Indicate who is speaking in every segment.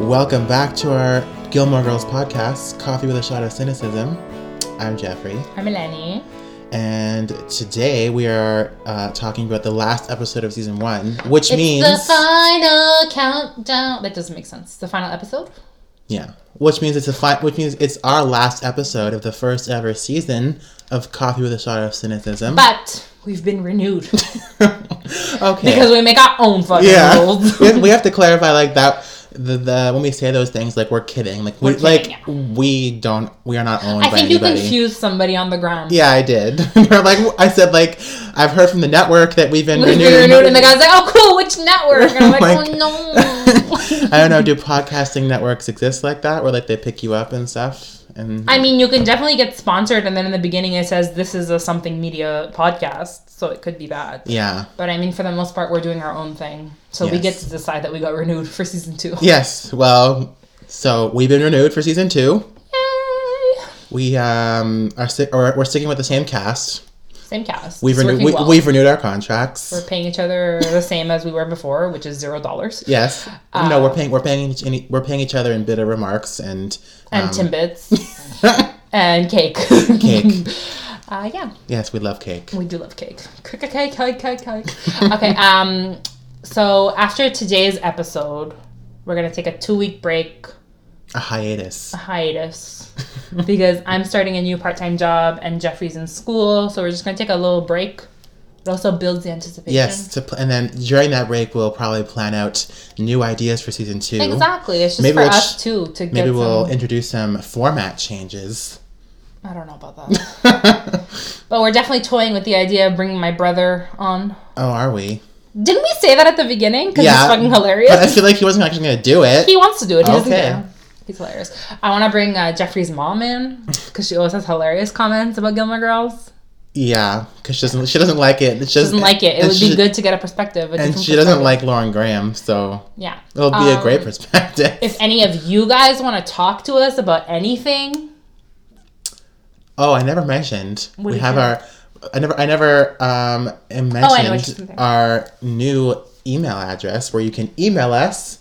Speaker 1: Welcome back to our Gilmore Girls podcast, Coffee with a Shot of Cynicism. I'm Jeffrey,
Speaker 2: I'm Eleni.
Speaker 1: and today we are uh, talking about the last episode of season one, which
Speaker 2: It's
Speaker 1: means
Speaker 2: the final countdown. That doesn't make sense. The final episode.
Speaker 1: yeah, which means it's a fi- which means it's our last episode of the first ever season of Coffee with a Shot of Cynicism.
Speaker 2: But we've been renewed
Speaker 1: okay,
Speaker 2: because we make our own fucking
Speaker 1: yeah,
Speaker 2: rules.
Speaker 1: we, have, we have to clarify like that. The, the when we say those things like we're kidding like we
Speaker 2: We're
Speaker 1: like
Speaker 2: kidding,
Speaker 1: we don't we are not owned
Speaker 2: I
Speaker 1: by
Speaker 2: think you
Speaker 1: anybody.
Speaker 2: confused somebody on the ground.
Speaker 1: Yeah, I did. They're like I said, like I've heard from the network that we've been
Speaker 2: We've
Speaker 1: renewed.
Speaker 2: been renewed, and the guy's like, "Oh, cool. Which network?" And I'm like,
Speaker 1: Like-
Speaker 2: "Oh no."
Speaker 1: I don't know. Do podcasting networks exist like that, where like they pick you up and stuff? And
Speaker 2: I mean, you can definitely get sponsored, and then in the beginning it says this is a something media podcast, so it could be that.
Speaker 1: yeah,
Speaker 2: But I mean, for the most part, we're doing our own thing, so we
Speaker 1: Yes.
Speaker 2: get to decide that we got renewed for season two.
Speaker 1: yes. Well, so we've been renewed for season two.
Speaker 2: Yay!
Speaker 1: We um are si- or we're sticking with the same cast.
Speaker 2: Same cast.
Speaker 1: We've
Speaker 2: It's
Speaker 1: renewed.
Speaker 2: working
Speaker 1: We,
Speaker 2: well.
Speaker 1: We've renewed our contracts.
Speaker 2: We're paying each other the same as we were before, which is zero dollars.
Speaker 1: yes. no,
Speaker 2: Um,
Speaker 1: we're paying. We're paying. Each, any- we're paying each other in bitter remarks and um,
Speaker 2: And Timbits. and cake.
Speaker 1: cake.
Speaker 2: Uh, yeah,
Speaker 1: yes, we love cake.
Speaker 2: we do love cake. Cake, cake, cake, cake, cake. okay, um, so after today's episode, we're going to take a two week break,
Speaker 1: A hiatus.
Speaker 2: hiatus, because I'm starting a new part time job and Jeffrey's in school. So we're just going to take a little break. It also builds the anticipation.
Speaker 1: Yes, to pl- and then during that break, we'll probably plan out new ideas for season two.
Speaker 2: Exactly. It's just
Speaker 1: Maybe
Speaker 2: for
Speaker 1: we'll
Speaker 2: us
Speaker 1: ch-
Speaker 2: too to get
Speaker 1: Maybe
Speaker 2: some.
Speaker 1: we'll introduce some format changes. Oh,
Speaker 2: I don't know about that. But we're definitely toying with the idea of bringing my brother on.
Speaker 1: Oh, are we?
Speaker 2: Didn't we say that at the beginning? Because
Speaker 1: Yeah,
Speaker 2: it's fucking
Speaker 1: But I
Speaker 2: hilarious.
Speaker 1: feel like he wasn't actually going to do it.
Speaker 2: He wants to do it. He doesn't
Speaker 1: Okay.
Speaker 2: care. He's hilarious. I want to bring uh, Jeffrey's mom in because she always has hilarious comments about Gilmore Girls.
Speaker 1: Yeah, because she doesn't. She doesn't like it. She
Speaker 2: Doesn't like it. It
Speaker 1: and
Speaker 2: would
Speaker 1: she-
Speaker 2: be good to get a perspective. a
Speaker 1: And
Speaker 2: different
Speaker 1: she doesn't
Speaker 2: perspective.
Speaker 1: like Lauren Graham, so
Speaker 2: Yeah.
Speaker 1: it'll be a great
Speaker 2: Um,
Speaker 1: perspective.
Speaker 2: If any of you guys want to talk to us about anything,
Speaker 1: oh, I never mentioned we
Speaker 2: did
Speaker 1: have
Speaker 2: you- Oh,
Speaker 1: our. I never. I never um
Speaker 2: what you're
Speaker 1: mentioned
Speaker 2: saying.
Speaker 1: our new email address where you can email us.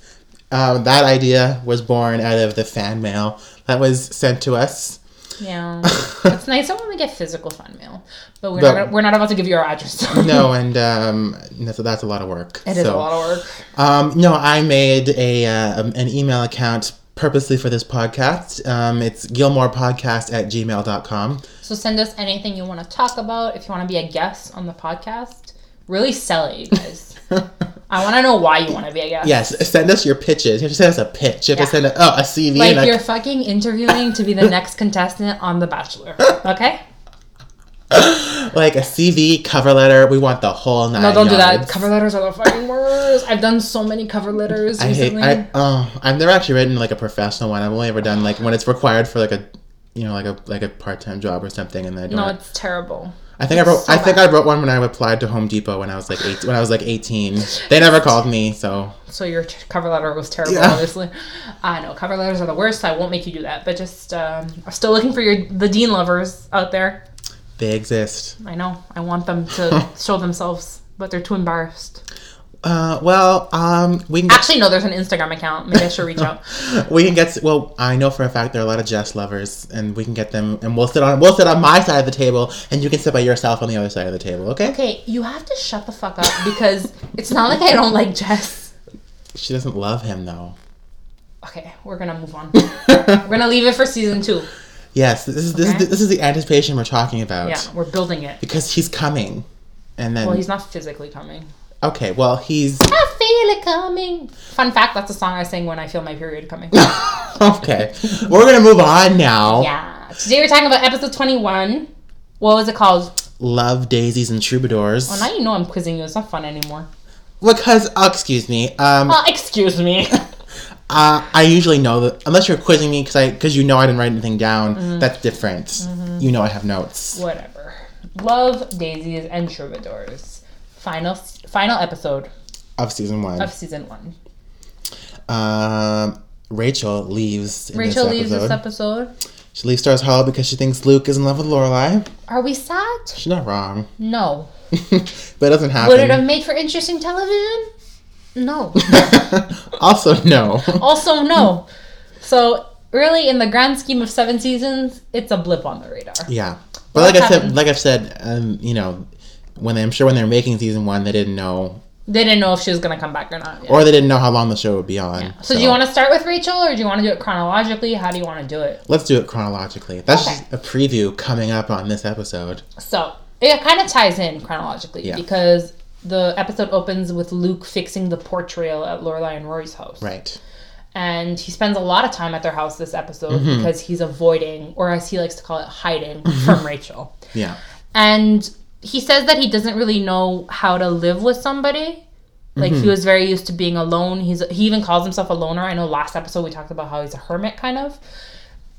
Speaker 1: Um, that idea was born out of the fan mail that was sent to us.
Speaker 2: yeah, it's nicer when we get physical fan mail. But we're
Speaker 1: But-
Speaker 2: not, we're not about to give you our address.
Speaker 1: No, and um, that's, that's a lot of work.
Speaker 2: it is a lot of work.
Speaker 1: Um, no, I made a uh, um, an email account purposely for this podcast. Um, it's gilmorepodcast at gmail.com.
Speaker 2: So send us anything you want to talk about. If you want to be a guest on the podcast, really sell it, you guys. I want to know why you want to be a guest.
Speaker 1: Yes, send us your pitches. You have to send us a pitch. You have to send
Speaker 2: Yeah.
Speaker 1: a, oh, a CV.
Speaker 2: Like
Speaker 1: and a-
Speaker 2: you're fucking interviewing to be the next contestant on The Bachelor. Okay?
Speaker 1: like a CV, cover letter. We want the whole nine.
Speaker 2: No, don't do that.
Speaker 1: yards.
Speaker 2: Cover letters are the fucking worst. I've done so many cover letters
Speaker 1: I hate.
Speaker 2: recently.
Speaker 1: I oh, I've never actually written like a professional one. I've only ever done like when it's required for like a, you know, like a like a part time job or something, and then I don't.
Speaker 2: no, it's terrible.
Speaker 1: I think I wrote.
Speaker 2: so
Speaker 1: I think I wrote one when I applied to Home Depot when I was like eight, when I was like eighteen. They never called me, so
Speaker 2: So your t- cover letter was terrible,
Speaker 1: Yeah.
Speaker 2: obviously. I know cover letters are the worst. So I won't make you do that. But just um, I'm still looking for your the dean lovers out there.
Speaker 1: they exist.
Speaker 2: I know. I want them to show themselves, but they're too embarrassed.
Speaker 1: Uh, well, um, we can get,
Speaker 2: Actually, no, there's an Instagram account. Maybe I should reach out.
Speaker 1: we can get. Well, I know for a fact there are a lot of Jess lovers, and we can get them, and we'll sit on we'll sit on my side of the table, and you can sit by yourself on the other side of the table. Okay?
Speaker 2: Okay, you have to shut the fuck up because it's not like I don't like Jess.
Speaker 1: She doesn't love him though.
Speaker 2: Okay, we're gonna move on. We're gonna leave it for season two.
Speaker 1: yes, this is this
Speaker 2: Okay.
Speaker 1: is this is the anticipation we're talking about.
Speaker 2: Yeah, we're building it.
Speaker 1: Because he's coming, and then
Speaker 2: Well, he's not physically coming.
Speaker 1: okay. Well, he's
Speaker 2: I feel it coming. Fun fact: that's a song I sing when I feel my period coming.
Speaker 1: okay. we're gonna move on now.
Speaker 2: yeah. Today we're talking about episode twenty-one. What was it called?
Speaker 1: Love daisies and troubadours.
Speaker 2: Well, now you know I'm quizzing you. It's not fun anymore.
Speaker 1: Because, oh, excuse me, um,
Speaker 2: Uh, excuse me.
Speaker 1: uh, I usually know that unless you're quizzing me because I because you know I didn't write anything down.
Speaker 2: Mm-hmm.
Speaker 1: That's different. You know I have notes.
Speaker 2: whatever. Love, daisies, and troubadours. Final final episode
Speaker 1: Of season one,
Speaker 2: of season one.
Speaker 1: um, Rachel leaves. In
Speaker 2: Rachel
Speaker 1: this
Speaker 2: leaves
Speaker 1: episode.
Speaker 2: this episode.
Speaker 1: She leaves Stars Hollow because she thinks Luke is in love with Lorelai.
Speaker 2: Are we sad?
Speaker 1: She's not wrong,
Speaker 2: No.
Speaker 1: but it doesn't happen.
Speaker 2: Would it have made for interesting television? No.
Speaker 1: also, no.
Speaker 2: also, no. So, really, in the grand scheme of seven seasons, it's a blip on the radar.
Speaker 1: Yeah, but
Speaker 2: What
Speaker 1: like I said,
Speaker 2: happened?
Speaker 1: like I've said, um, you know, when they, I'm sure when they're making season one, they didn't know,
Speaker 2: They didn't know if she was going to come back or not. Yeah.
Speaker 1: or they didn't know how long the show would be on.
Speaker 2: so, do you want to start with Rachel or do you want to do it chronologically? How do you want to do it?
Speaker 1: Let's do it chronologically. That's
Speaker 2: Okay.
Speaker 1: just a preview coming up on this episode.
Speaker 2: So, it kind of ties in chronologically
Speaker 1: Yeah.
Speaker 2: because the episode opens with Luke fixing the portrayal at Lorelai and Rory's house.
Speaker 1: Right.
Speaker 2: and he spends a lot of time at their house this episode because he's avoiding, or as he likes to call it, hiding from Rachel.
Speaker 1: Yeah.
Speaker 2: And he says that he doesn't really know how to live with somebody. Like he was very used to being alone. He's he even calls himself a loner. I know last episode we talked about how he's a hermit kind of.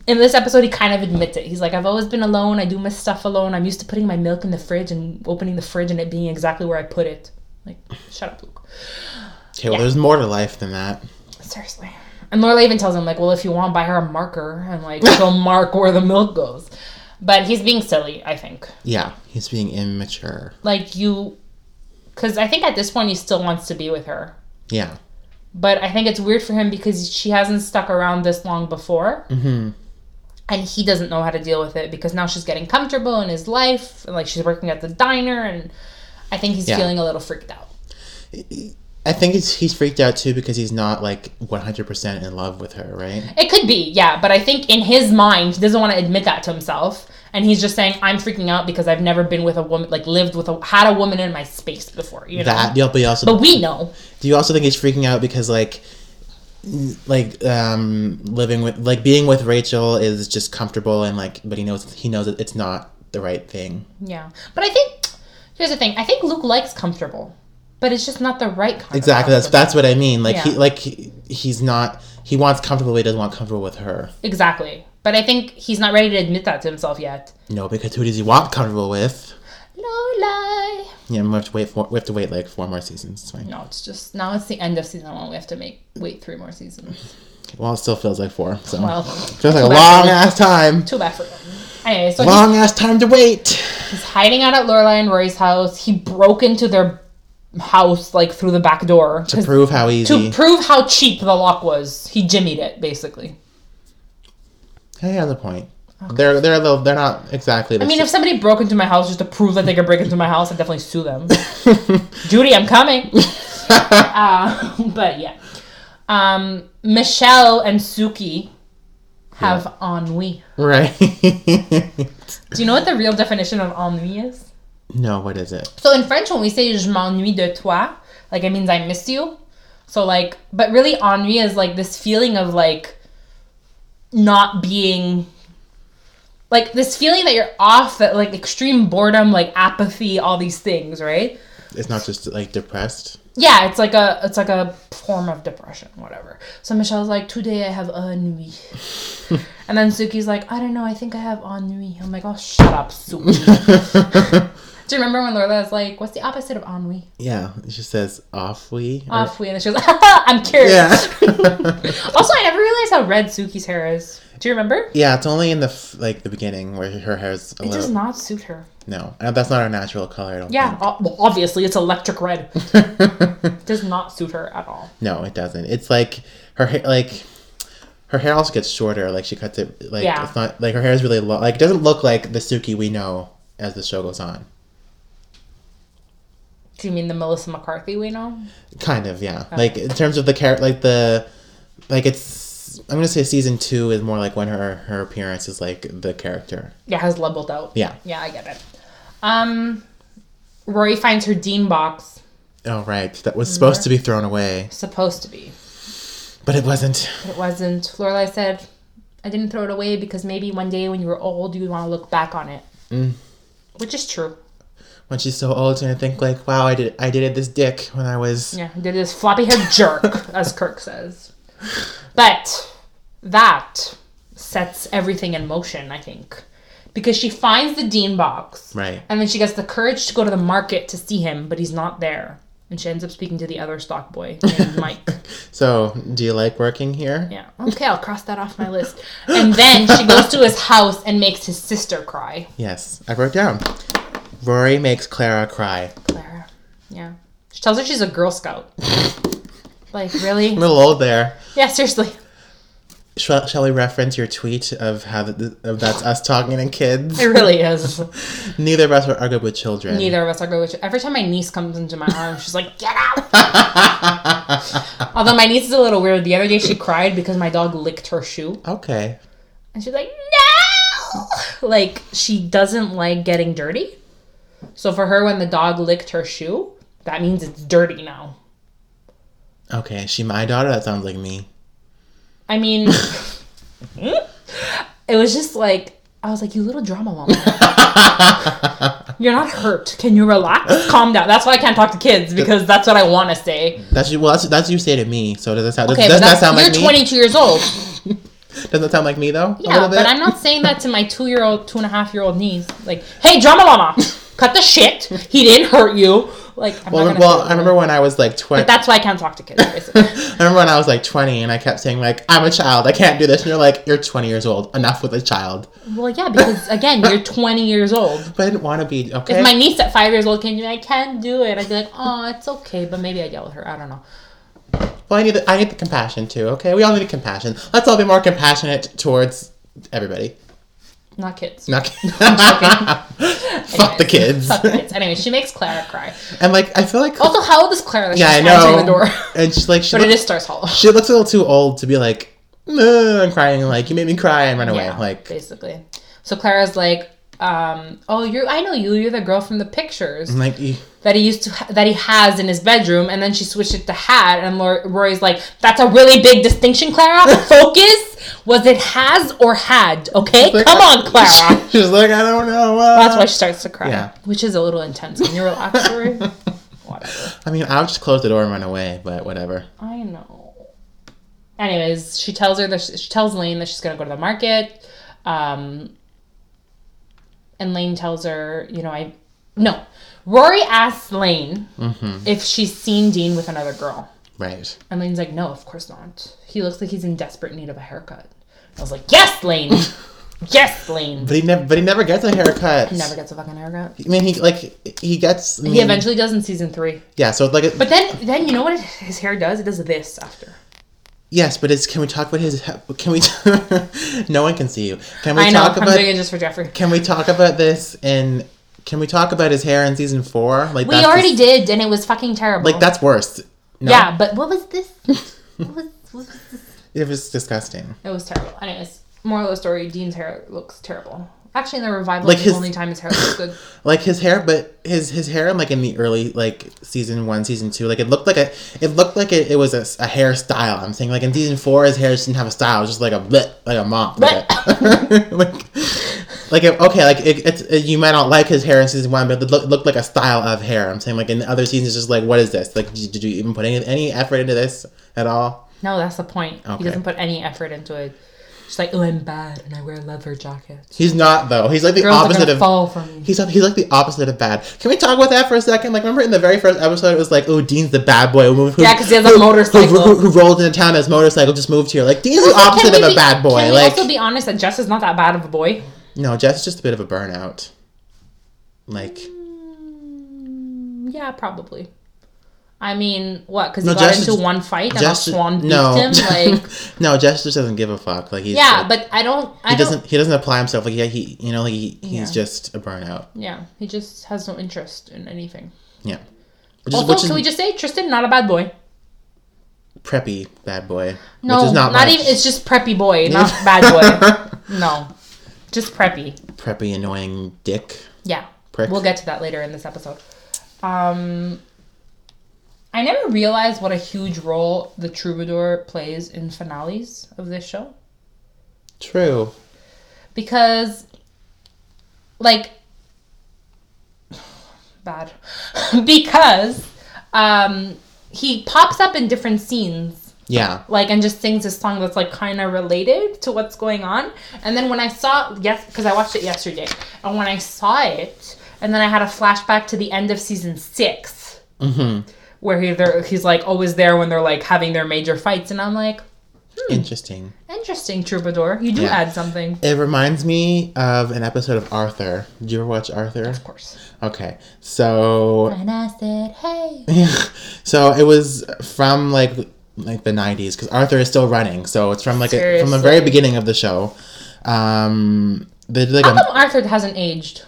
Speaker 2: In this episode he kind of admits it. He's like I've always been alone. I do my stuff alone. I'm used to putting my milk in the fridge and opening the fridge and it being exactly where I put it. Like shut up, Luke.
Speaker 1: Okay. Well, there's more to life than that.
Speaker 2: Seriously. And Lorelai even tells him, like, well, if you want, buy her a marker and, like, she'll mark where the milk goes. But he's being silly, I think.
Speaker 1: Yeah, he's being immature.
Speaker 2: Like, you. Because I think at this point he still wants to be with her.
Speaker 1: Yeah.
Speaker 2: But I think it's weird for him because she hasn't stuck around this long before. Mm-hmm. And he doesn't know how to deal with it because now she's getting comfortable in his life. And, like, she's working at the diner. And I think he's
Speaker 1: Yeah.
Speaker 2: feeling a little freaked out.
Speaker 1: I think it's, he's freaked out too because he's not like 100% in love with her, right?
Speaker 2: It could be, yeah, but I think in his mind, he doesn't want to admit that to himself. And he's just saying, I'm freaking out because I've never been with a woman, like lived with a, had a woman in my space before, you know?
Speaker 1: That, yeah, but you also
Speaker 2: but we know.
Speaker 1: Do you also think he's freaking out because like n- like um living with like being with Rachel is just comfortable and like but he knows he knows that it's not the right thing.
Speaker 2: Yeah. But I think, here's the thing I think Luke likes comfortable, but it's just not the right kind
Speaker 1: Exactly.
Speaker 2: of
Speaker 1: That's that's what I mean. Like he
Speaker 2: Yeah.
Speaker 1: like he, he's not he wants comfortable but he doesn't want comfortable with her.
Speaker 2: Exactly. But I think he's not ready to admit that to himself yet.
Speaker 1: No, because who does he want comfortable with?
Speaker 2: No lie.
Speaker 1: Yeah, we have to wait for we have to wait like four more seasons. It's fine.
Speaker 2: No, it's just, now it's the end of season one. We have to make, wait three more seasons.
Speaker 1: Well it still feels like four. So
Speaker 2: Well,
Speaker 1: feels like a
Speaker 2: too bad for
Speaker 1: long
Speaker 2: him.
Speaker 1: ass time.
Speaker 2: Too bad for him. Anyway, so he's
Speaker 1: Long ass time to wait.
Speaker 2: He's hiding out at Lorelai and Rory's house. He broke into their house like through the back door
Speaker 1: To
Speaker 2: 'cause-
Speaker 1: prove how
Speaker 2: to
Speaker 1: easy.
Speaker 2: prove how cheap the lock was. He jimmied it basically.
Speaker 1: Hey, has a point. They're they're a little they're not exactly the
Speaker 2: I mean, if somebody broke into my house just to prove that they could break into my house, I'd definitely sue them. Judy, I'm coming. uh, but yeah, um, Michelle and Suki have ennui.
Speaker 1: Right.
Speaker 2: Do you know what the real definition of ennui is?
Speaker 1: no, what is it?
Speaker 2: So in French, when we say je m'ennuie de toi, like it means I miss you. So like, but really ennui is like this feeling of like not being like this feeling that you're off that like extreme boredom, like apathy, all these things, right?
Speaker 1: It's not just like depressed.
Speaker 2: Yeah, it's like a it's like a form of depression, whatever. So Michelle's like, today I have ennui. and then Suki's like, I don't know, I think I have ennui. I'm like, oh shut up, Suki. Do you remember when Lorela was like, what's the opposite of ennui?
Speaker 1: yeah, it just says awfully. or-
Speaker 2: off we and she was I'm curious.
Speaker 1: Yeah.
Speaker 2: also, I never realized how red Suki's hair is. Do you remember?
Speaker 1: yeah, it's only in the f- like the beginning where her hair's a
Speaker 2: It does
Speaker 1: little
Speaker 2: not suit her.
Speaker 1: no, Uh, that's not her natural color. I don't
Speaker 2: Yeah, o- well, obviously it's electric red.
Speaker 1: think.
Speaker 2: does not suit her at all.
Speaker 1: no, it doesn't. It's like her hair like. Her hair also gets shorter. Like she cuts it. Like
Speaker 2: Yeah.
Speaker 1: it's not like her hair is really long. Like it doesn't look like the Suki we know as the show goes on.
Speaker 2: Do you mean the Melissa McCarthy we know?
Speaker 1: Kind of, yeah. Like in terms of the character, like the, like it's. I'm gonna say season two is more like when her her appearance is like the character.
Speaker 2: Yeah, has leveled out.
Speaker 1: Yeah.
Speaker 2: Yeah, I get it. Um, Rory finds her Dean box.
Speaker 1: Oh right, that
Speaker 2: Mm-hmm.
Speaker 1: was supposed to be thrown away,
Speaker 2: Supposed to be.
Speaker 1: but it wasn't.
Speaker 2: It wasn't. Lorelai said, I didn't throw it away because maybe one day when you were old, you'd want to look back on it.
Speaker 1: Mm.
Speaker 2: Which is true.
Speaker 1: When she's so old, she's gonna think like, "Wow, I did I dated this dick when I was."
Speaker 2: Yeah, did this floppy haired jerk, as Kirk says. But that sets everything in motion, I think. Because she finds the Dean box.
Speaker 1: Right.
Speaker 2: And then she gets the courage to go to the market to see him, but he's not there. And she ends up speaking to the other stock boy named Mike.
Speaker 1: So, do you like working here?
Speaker 2: Yeah. Okay, I'll cross that off my list. And then she goes to his house and makes his sister cry.
Speaker 1: Yes, I wrote down. Rory makes Clara cry.
Speaker 2: Clara. Yeah. She tells her she's a Girl Scout. Like
Speaker 1: A
Speaker 2: really?
Speaker 1: little old there.
Speaker 2: yeah, seriously.
Speaker 1: Shall, shall we reference your tweet of how the, of that's us talking to kids?
Speaker 2: It really is.
Speaker 1: Neither of us are, are good with children.
Speaker 2: Neither of us are good with. Every time my niece comes into my arms, she's like, "Get out!" Although my niece is a little weird. The other day she cried because my dog licked her shoe,
Speaker 1: Okay.
Speaker 2: and she's like, "No!" Like she doesn't like getting dirty. So for her, when the dog licked her shoe, that means it's dirty now.
Speaker 1: Okay. She my daughter. That sounds like me.
Speaker 2: I mean, it was just like I was like, "You little drama mama, you're not hurt. Can you relax? Calm down." That's why I can't talk to kids because that's what I want to say.
Speaker 1: That's you. Well, that's, that's you say to me. So does that sound?
Speaker 2: Okay,
Speaker 1: does
Speaker 2: but
Speaker 1: that
Speaker 2: that's,
Speaker 1: sound
Speaker 2: you're
Speaker 1: like me?
Speaker 2: 22 years old.
Speaker 1: Does that sound like me though? A
Speaker 2: Yeah, but I'm not saying that to my two-year-old, two and a half-year-old niece. Like, hey, drama mama, cut the shit. He didn't hurt you. Like, I'm not
Speaker 1: Well,
Speaker 2: gonna
Speaker 1: well,
Speaker 2: say
Speaker 1: I remember when I was like twenty.
Speaker 2: That's why I can't talk to kids. Basically.
Speaker 1: I remember when I was like twenty, and I kept saying like, "I'm a child. I can't do this." And you're like, "You're twenty years old. Enough with a child."
Speaker 2: well, yeah, because again, you're 20 years old.
Speaker 1: But I didn't want to be okay.
Speaker 2: If my niece at five years old came to me, I can't do it. I'd be like, oh, it's okay, but maybe I'd yell at her. I don't know.
Speaker 1: well, I need the, I need the compassion too. Okay, we all need compassion. Let's all be more compassionate towards everybody.
Speaker 2: Not kids.
Speaker 1: Not fuck the kids.
Speaker 2: Fuck kids. Anyway, she makes Clara cry.
Speaker 1: And like, I feel like
Speaker 2: Also, how old is Clara? that
Speaker 1: yeah, I
Speaker 2: she's answering
Speaker 1: know.
Speaker 2: The door.
Speaker 1: And she's like, she,
Speaker 2: but it
Speaker 1: look-
Speaker 2: is Stars Hollow.
Speaker 1: she looks a little too old to be like, "Ugh," and crying. Like you made me cry and run away.
Speaker 2: Yeah,
Speaker 1: Like
Speaker 2: basically. So Clara's like, um, "Oh, you're. I know you. You're the girl from the pictures
Speaker 1: I'm like "You-
Speaker 2: that he used to ha- that he has in his bedroom." And then she switched it to had. And Lor- Rory's like, "That's a really big distinction, Clara. Focus. Was it has or had? Okay,
Speaker 1: like,
Speaker 2: come on, Clara."
Speaker 1: She's like, I don't know. uh."
Speaker 2: That's why she starts to cry,
Speaker 1: Yeah.
Speaker 2: which is a little intense. Can you relax, Rory? Whatever.
Speaker 1: I mean, I'll just close the door and run away, but whatever.
Speaker 2: I know. Anyways, she tells her that she, she tells Lane that she's gonna go to the market, um, and Lane tells her, you know, I no. Rory asks Lane
Speaker 1: Mm-hmm.
Speaker 2: if she's seen Dean with another girl,
Speaker 1: Right.
Speaker 2: and Lane's like, no, of course not. He looks like he's in desperate need of a haircut. I was like, yes, Lane, yes, Lane.
Speaker 1: But he never. But he never gets a haircut.
Speaker 2: He never gets a fucking haircut.
Speaker 1: I mean, he like he gets. I
Speaker 2: He
Speaker 1: mean,
Speaker 2: eventually does in season three,
Speaker 1: yeah. So like. It,
Speaker 2: but then then you know what his hair does? It does this after.
Speaker 1: yes, but it's. Can we talk about his? he- Can we? no one can see you. Can we
Speaker 2: I know.
Speaker 1: talk
Speaker 2: I'm
Speaker 1: about?
Speaker 2: doing it just for Jeffrey.
Speaker 1: Can we talk about this? And can we talk about his hair in season four? Like
Speaker 2: We already did, and it was fucking terrible.
Speaker 1: Like that's worse. No,
Speaker 2: Yeah, but what was this? what was, what was this?
Speaker 1: It was disgusting.
Speaker 2: It was terrible. Anyways, moral of the story: Dean's hair looks terrible. Actually, in the revival,
Speaker 1: Like
Speaker 2: it's
Speaker 1: his-
Speaker 2: the only time his hair looks good.
Speaker 1: Like his hair, but his his hair, like in the early like season one, season two, like it looked like a it looked like it, it was a, s- a hairstyle. I'm saying like in season four, his hair just didn't have a style. It was just like a bleh, like a mop. Like, a- like, like if- okay, like it, it's it, you might not like his hair in season one, but it looked, looked like a style of hair. I'm saying like in the other seasons, it's just like what is this? Like did, did you even put any any effort into this at all?
Speaker 2: No, that's the point.
Speaker 1: Okay.
Speaker 2: He doesn't put any effort into it. She's like, oh, I'm bad, and I wear leather jackets.
Speaker 1: He's not though. He's like the
Speaker 2: Girls are
Speaker 1: opposite
Speaker 2: gonna
Speaker 1: of
Speaker 2: fall for me.
Speaker 1: He's he's like the opposite of bad. Can we talk about that for a second? Like, remember in the very first episode, it was like, "Oh, Dean's the bad boy." Who, who,
Speaker 2: Yeah, 'cause he has a
Speaker 1: who-
Speaker 2: motorcycle.
Speaker 1: Who, who, who rolled into town on his motorcycle, just moved here. Like, Dean's the
Speaker 2: Also, can
Speaker 1: opposite
Speaker 2: we
Speaker 1: of a
Speaker 2: be-
Speaker 1: bad boy.
Speaker 2: Can we
Speaker 1: Like,
Speaker 2: also be honest that Jess is not that bad of a boy?
Speaker 1: no, Jeff's just a bit of a burnout. Like,
Speaker 2: Mm, yeah, probably. I mean, what? Because
Speaker 1: No,
Speaker 2: he got
Speaker 1: Jess
Speaker 2: into
Speaker 1: is-
Speaker 2: one fight and
Speaker 1: Jess,
Speaker 2: a swan beat
Speaker 1: no,
Speaker 2: him. Like,
Speaker 1: no, Jeff just doesn't give a fuck. Like, he's
Speaker 2: yeah,
Speaker 1: like,
Speaker 2: but I don't. I
Speaker 1: he
Speaker 2: don't,
Speaker 1: doesn't he doesn't apply himself. Like, yeah, he you know he he's
Speaker 2: Yeah.
Speaker 1: just a burnout.
Speaker 2: Yeah, he just has no interest in anything.
Speaker 1: Yeah, which
Speaker 2: Also, can we just say Tristan not a bad boy?
Speaker 1: preppy bad boy?
Speaker 2: No,
Speaker 1: which is not,
Speaker 2: not,
Speaker 1: much.
Speaker 2: even. It's just preppy boy, not bad boy. No, just preppy.
Speaker 1: preppy annoying dick.
Speaker 2: Yeah,
Speaker 1: Prick.
Speaker 2: we'll get to that later in this episode. Um, I never realized what a huge role the troubadour plays in finales of this show
Speaker 1: True.
Speaker 2: because, like, bad because um, he pops up in different scenes
Speaker 1: Yeah.
Speaker 2: like and just sings this song that's like kind of related to what's going on and then when i saw yes because i watched it yesterday and when i saw it and then i had a flashback to the end of season 6
Speaker 1: Mm-hmm.
Speaker 2: where he, there, he's like always there when they're like having their major fights and i'm like
Speaker 1: Interesting.
Speaker 2: interesting troubadour you do
Speaker 1: Yeah.
Speaker 2: add something
Speaker 1: It reminds me of an episode of Arthur. Did you ever watch Arthur?
Speaker 2: of course
Speaker 1: Okay. So
Speaker 2: and i said hey
Speaker 1: so it was from like like the 90s because Arthur is still running. So it's from like a, from the
Speaker 2: Seriously.
Speaker 1: very beginning of the show. Um, they did like
Speaker 2: How
Speaker 1: a,
Speaker 2: come Arthur hasn't aged?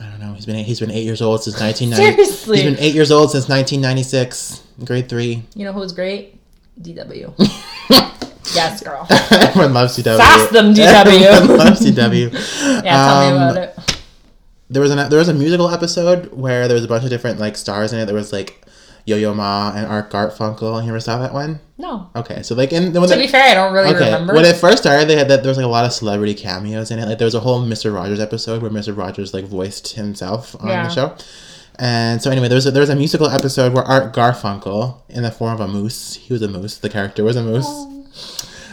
Speaker 1: I don't know. He's been eight, he's been eight years old since 1990.
Speaker 2: Seriously.
Speaker 1: He's been eight years old since 1996, grade three.
Speaker 2: You know who's great? DW. yes, girl.
Speaker 1: Everyone loves DW.
Speaker 2: Sass them, DW.
Speaker 1: Everyone loves DW.
Speaker 2: Yeah, tell
Speaker 1: Um,
Speaker 2: me about it.
Speaker 1: there was an there was a musical episode where there was a bunch of different like stars in it. There was like Yo Yo Ma and Art Garfunkel. You ever saw that one?
Speaker 2: No.
Speaker 1: Okay, so like in when
Speaker 2: To be
Speaker 1: they,
Speaker 2: fair, I don't really
Speaker 1: okay
Speaker 2: remember.
Speaker 1: when it first started, they had that there was like a lot of celebrity cameos in it. Like there was a whole Mister Rogers episode where Mister Rogers like voiced himself on
Speaker 2: Yeah.
Speaker 1: the show. And so anyway, there was a, there was a musical episode where Art Garfunkel, in the form of a moose, he was a moose. The character was a moose.
Speaker 2: Oh.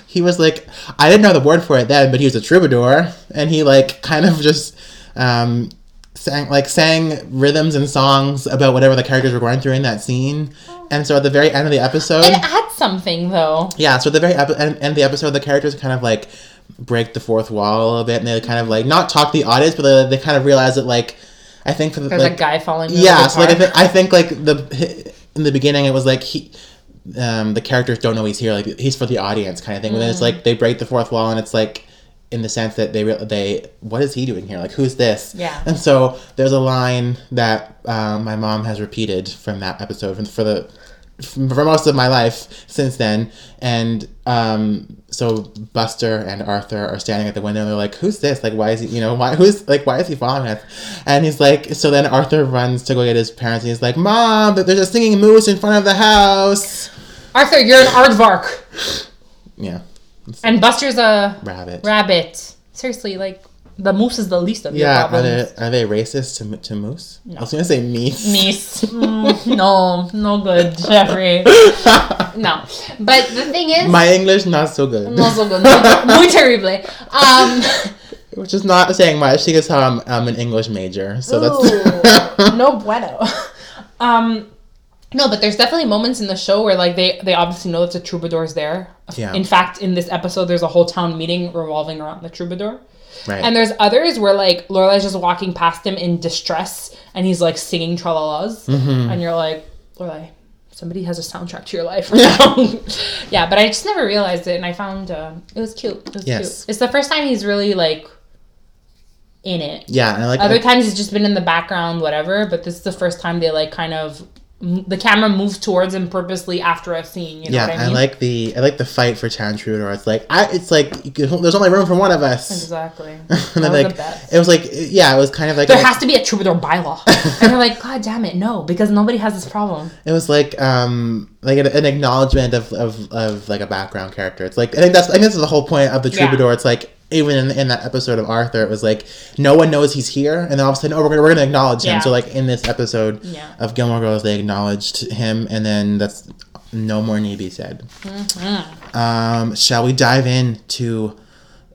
Speaker 1: He was like, I didn't know the word for it then, but he was a troubadour, and he like kind of just um, sang like sang rhythms and songs about whatever the characters were going through in that scene.
Speaker 2: Oh.
Speaker 1: And so at the very end of the episode,
Speaker 2: It had something though.
Speaker 1: yeah, so at the very epi- end, end of the episode, the characters kind of like break the fourth wall a bit, and they kind of like not talk to the audience, but they, they kind of realize that like I think for the
Speaker 2: There's
Speaker 1: like,
Speaker 2: a guy following me.
Speaker 1: yeah,
Speaker 2: with a
Speaker 1: so like I,
Speaker 2: guitar.
Speaker 1: th- I think like the in the beginning it was like he. Um, the characters don't know he's here. Like he's for the audience, kind of thing. But then it's like they break the fourth wall, and it's like, in the sense that they re- they what is he doing here? Like who's this?
Speaker 2: Yeah.
Speaker 1: And so there's a line that um, my mom has repeated from that episode from, for the for most of my life since then. And um, so Buster and Arthur are standing at the window. and They're like, "Who's this? Like, why is he? You know, why who's like why is he following us?" And he's like, so then Arthur runs to go get his parents, and he's like, "Mom, there's a singing moose in front of the house."
Speaker 2: Arthur, you're an aardvark,
Speaker 1: Yeah,
Speaker 2: and Buster's a
Speaker 1: rabbit.
Speaker 2: rabbit. Seriously, like the moose is the least of
Speaker 1: yeah,
Speaker 2: your
Speaker 1: are
Speaker 2: problems.
Speaker 1: they, are they racist to, to moose? I was gonna say meese.
Speaker 2: Niece. Mm, no, no good, Jeffrey. No, but the thing is,
Speaker 1: My English not so good,
Speaker 2: no so good, muy terrible. Um,
Speaker 1: which is not saying much because I'm, I'm an English major, so
Speaker 2: Ooh,
Speaker 1: that's
Speaker 2: no bueno. Um, no, but there's definitely moments in the show where like they they obviously know that the troubadour's there.
Speaker 1: Yeah.
Speaker 2: In fact, in this episode, there's a whole town meeting revolving around the troubadour.
Speaker 1: right.
Speaker 2: And there's others where like Lorelai's just walking past him in distress, and he's like singing tralalas,
Speaker 1: Mm-hmm.
Speaker 2: and you're like, Lorelai, somebody has a soundtrack to your life. yeah, but I just never realized it, and I found uh, it was cute. It was
Speaker 1: Yes.
Speaker 2: cute. It's the first time he's really like in it.
Speaker 1: yeah, and I like
Speaker 2: Other times he's just been in the background, whatever. But this is the first time they like kind of m- the camera moves towards him purposely after a scene. You know
Speaker 1: Yeah,
Speaker 2: what I
Speaker 1: I,
Speaker 2: mean?
Speaker 1: like the I like the fight for Town Troubadour. It's like I, it's like you could, there's only room for one of us.
Speaker 2: exactly.
Speaker 1: And
Speaker 2: That
Speaker 1: then
Speaker 2: was
Speaker 1: like
Speaker 2: the best.
Speaker 1: it was like yeah, it was kind of like
Speaker 2: there has to be a troubadour bylaw. and they're like, God damn it, no, because nobody has this problem.
Speaker 1: it was like um like an, an acknowledgement of, of of like a background character. It's like I think that's I think this is the whole point of the
Speaker 2: Yeah.
Speaker 1: Troubadour. It's like even in, in that episode of Arthur, it was like no one knows he's here, and then all of a sudden, oh, we're gonna, we're gonna acknowledge him.
Speaker 2: Yeah.
Speaker 1: So like in this episode
Speaker 2: Yeah.
Speaker 1: of Gilmore Girls, they acknowledged him, and then that's no more need be said.
Speaker 2: Mm-hmm.
Speaker 1: Um, shall we dive in to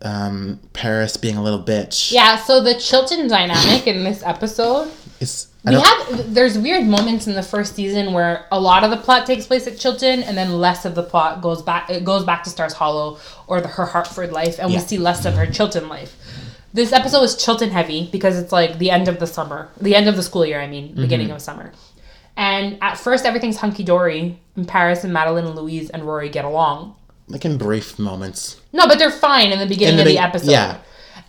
Speaker 1: um, Paris being a little bitch?
Speaker 2: Yeah, so the Chilton dynamic in this episode,
Speaker 1: It's, I
Speaker 2: we
Speaker 1: don't,
Speaker 2: have there's weird moments in the first season where a lot of the plot takes place at Chilton and then less of the plot goes back it goes back to Stars Hollow or the, her Hartford life and
Speaker 1: Yeah.
Speaker 2: we see less of her Chilton life. This episode is Chilton heavy because it's like the end of the summer, the end of the school year, I mean,
Speaker 1: Mm-hmm.
Speaker 2: beginning of summer. And at first everything's hunky dory and Paris and Madeline and Louise and Rory get along.
Speaker 1: like in brief moments.
Speaker 2: No, but they're fine in the beginning
Speaker 1: In the
Speaker 2: of the
Speaker 1: be-
Speaker 2: episode.
Speaker 1: yeah.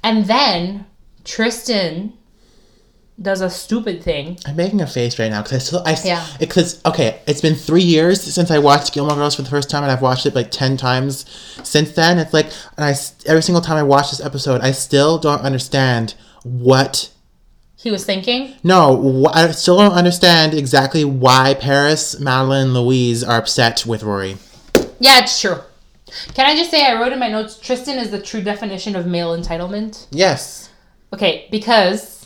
Speaker 2: And then Tristan does a stupid thing.
Speaker 1: I'm making a face right now because I still, I,
Speaker 2: Yeah.
Speaker 1: yeah. Because okay, it's been three years since I watched Gilmore Girls for the first time, and I've watched it like ten times since then. It's like, and I s- every single time I watch this episode, I still don't understand what.
Speaker 2: He was thinking,
Speaker 1: No, wh- I still don't understand exactly why Paris, Madeline, and Louise are upset with Rory.
Speaker 2: yeah, it's true. Can I just say, I wrote in my notes Tristan is the true definition of male entitlement?
Speaker 1: Yes.
Speaker 2: Okay, because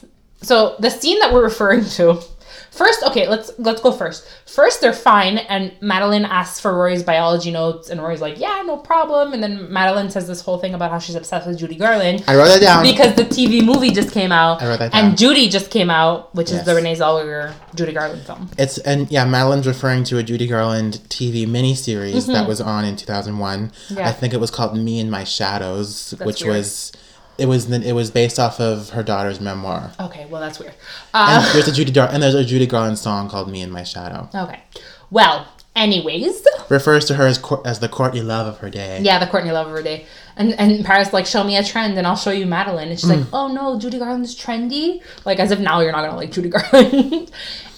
Speaker 2: so the scene that we're referring to. First, okay, let's let's go first. First, they're fine, and Madeline asks for Rory's biology notes, and Rory's like, "Yeah, no problem." And then Madeline says this whole thing about how she's obsessed with Judy Garland,
Speaker 1: I wrote that down.
Speaker 2: because the TV movie just came out,
Speaker 1: I wrote that down.
Speaker 2: and Judy just came out, which is
Speaker 1: Yes.
Speaker 2: the Renee Zellweger Judy Garland film.
Speaker 1: It's and yeah, Madeline's referring to a Judy Garland TV miniseries that was on in two thousand one.
Speaker 2: Mm-hmm. Yeah.
Speaker 1: I think it was called Me and My Shadows, which
Speaker 2: weird.
Speaker 1: was it was the- it was based off of her daughter's memoir.
Speaker 2: Okay, well that's weird.
Speaker 1: And
Speaker 2: Uh,
Speaker 1: there's a Judy Gar- and there's a Judy Garland song called Me and My Shadow.
Speaker 2: okay, well Anyways,
Speaker 1: refers to her as, Cour- as the courtly love of her day.
Speaker 2: yeah, the Courtney Love of her day, and and Paris like show me a trend and I'll show you Madeline, and she's
Speaker 1: Mm.
Speaker 2: like, oh no, Judy Garland's trendy, like as if now you're not gonna like Judy Garland.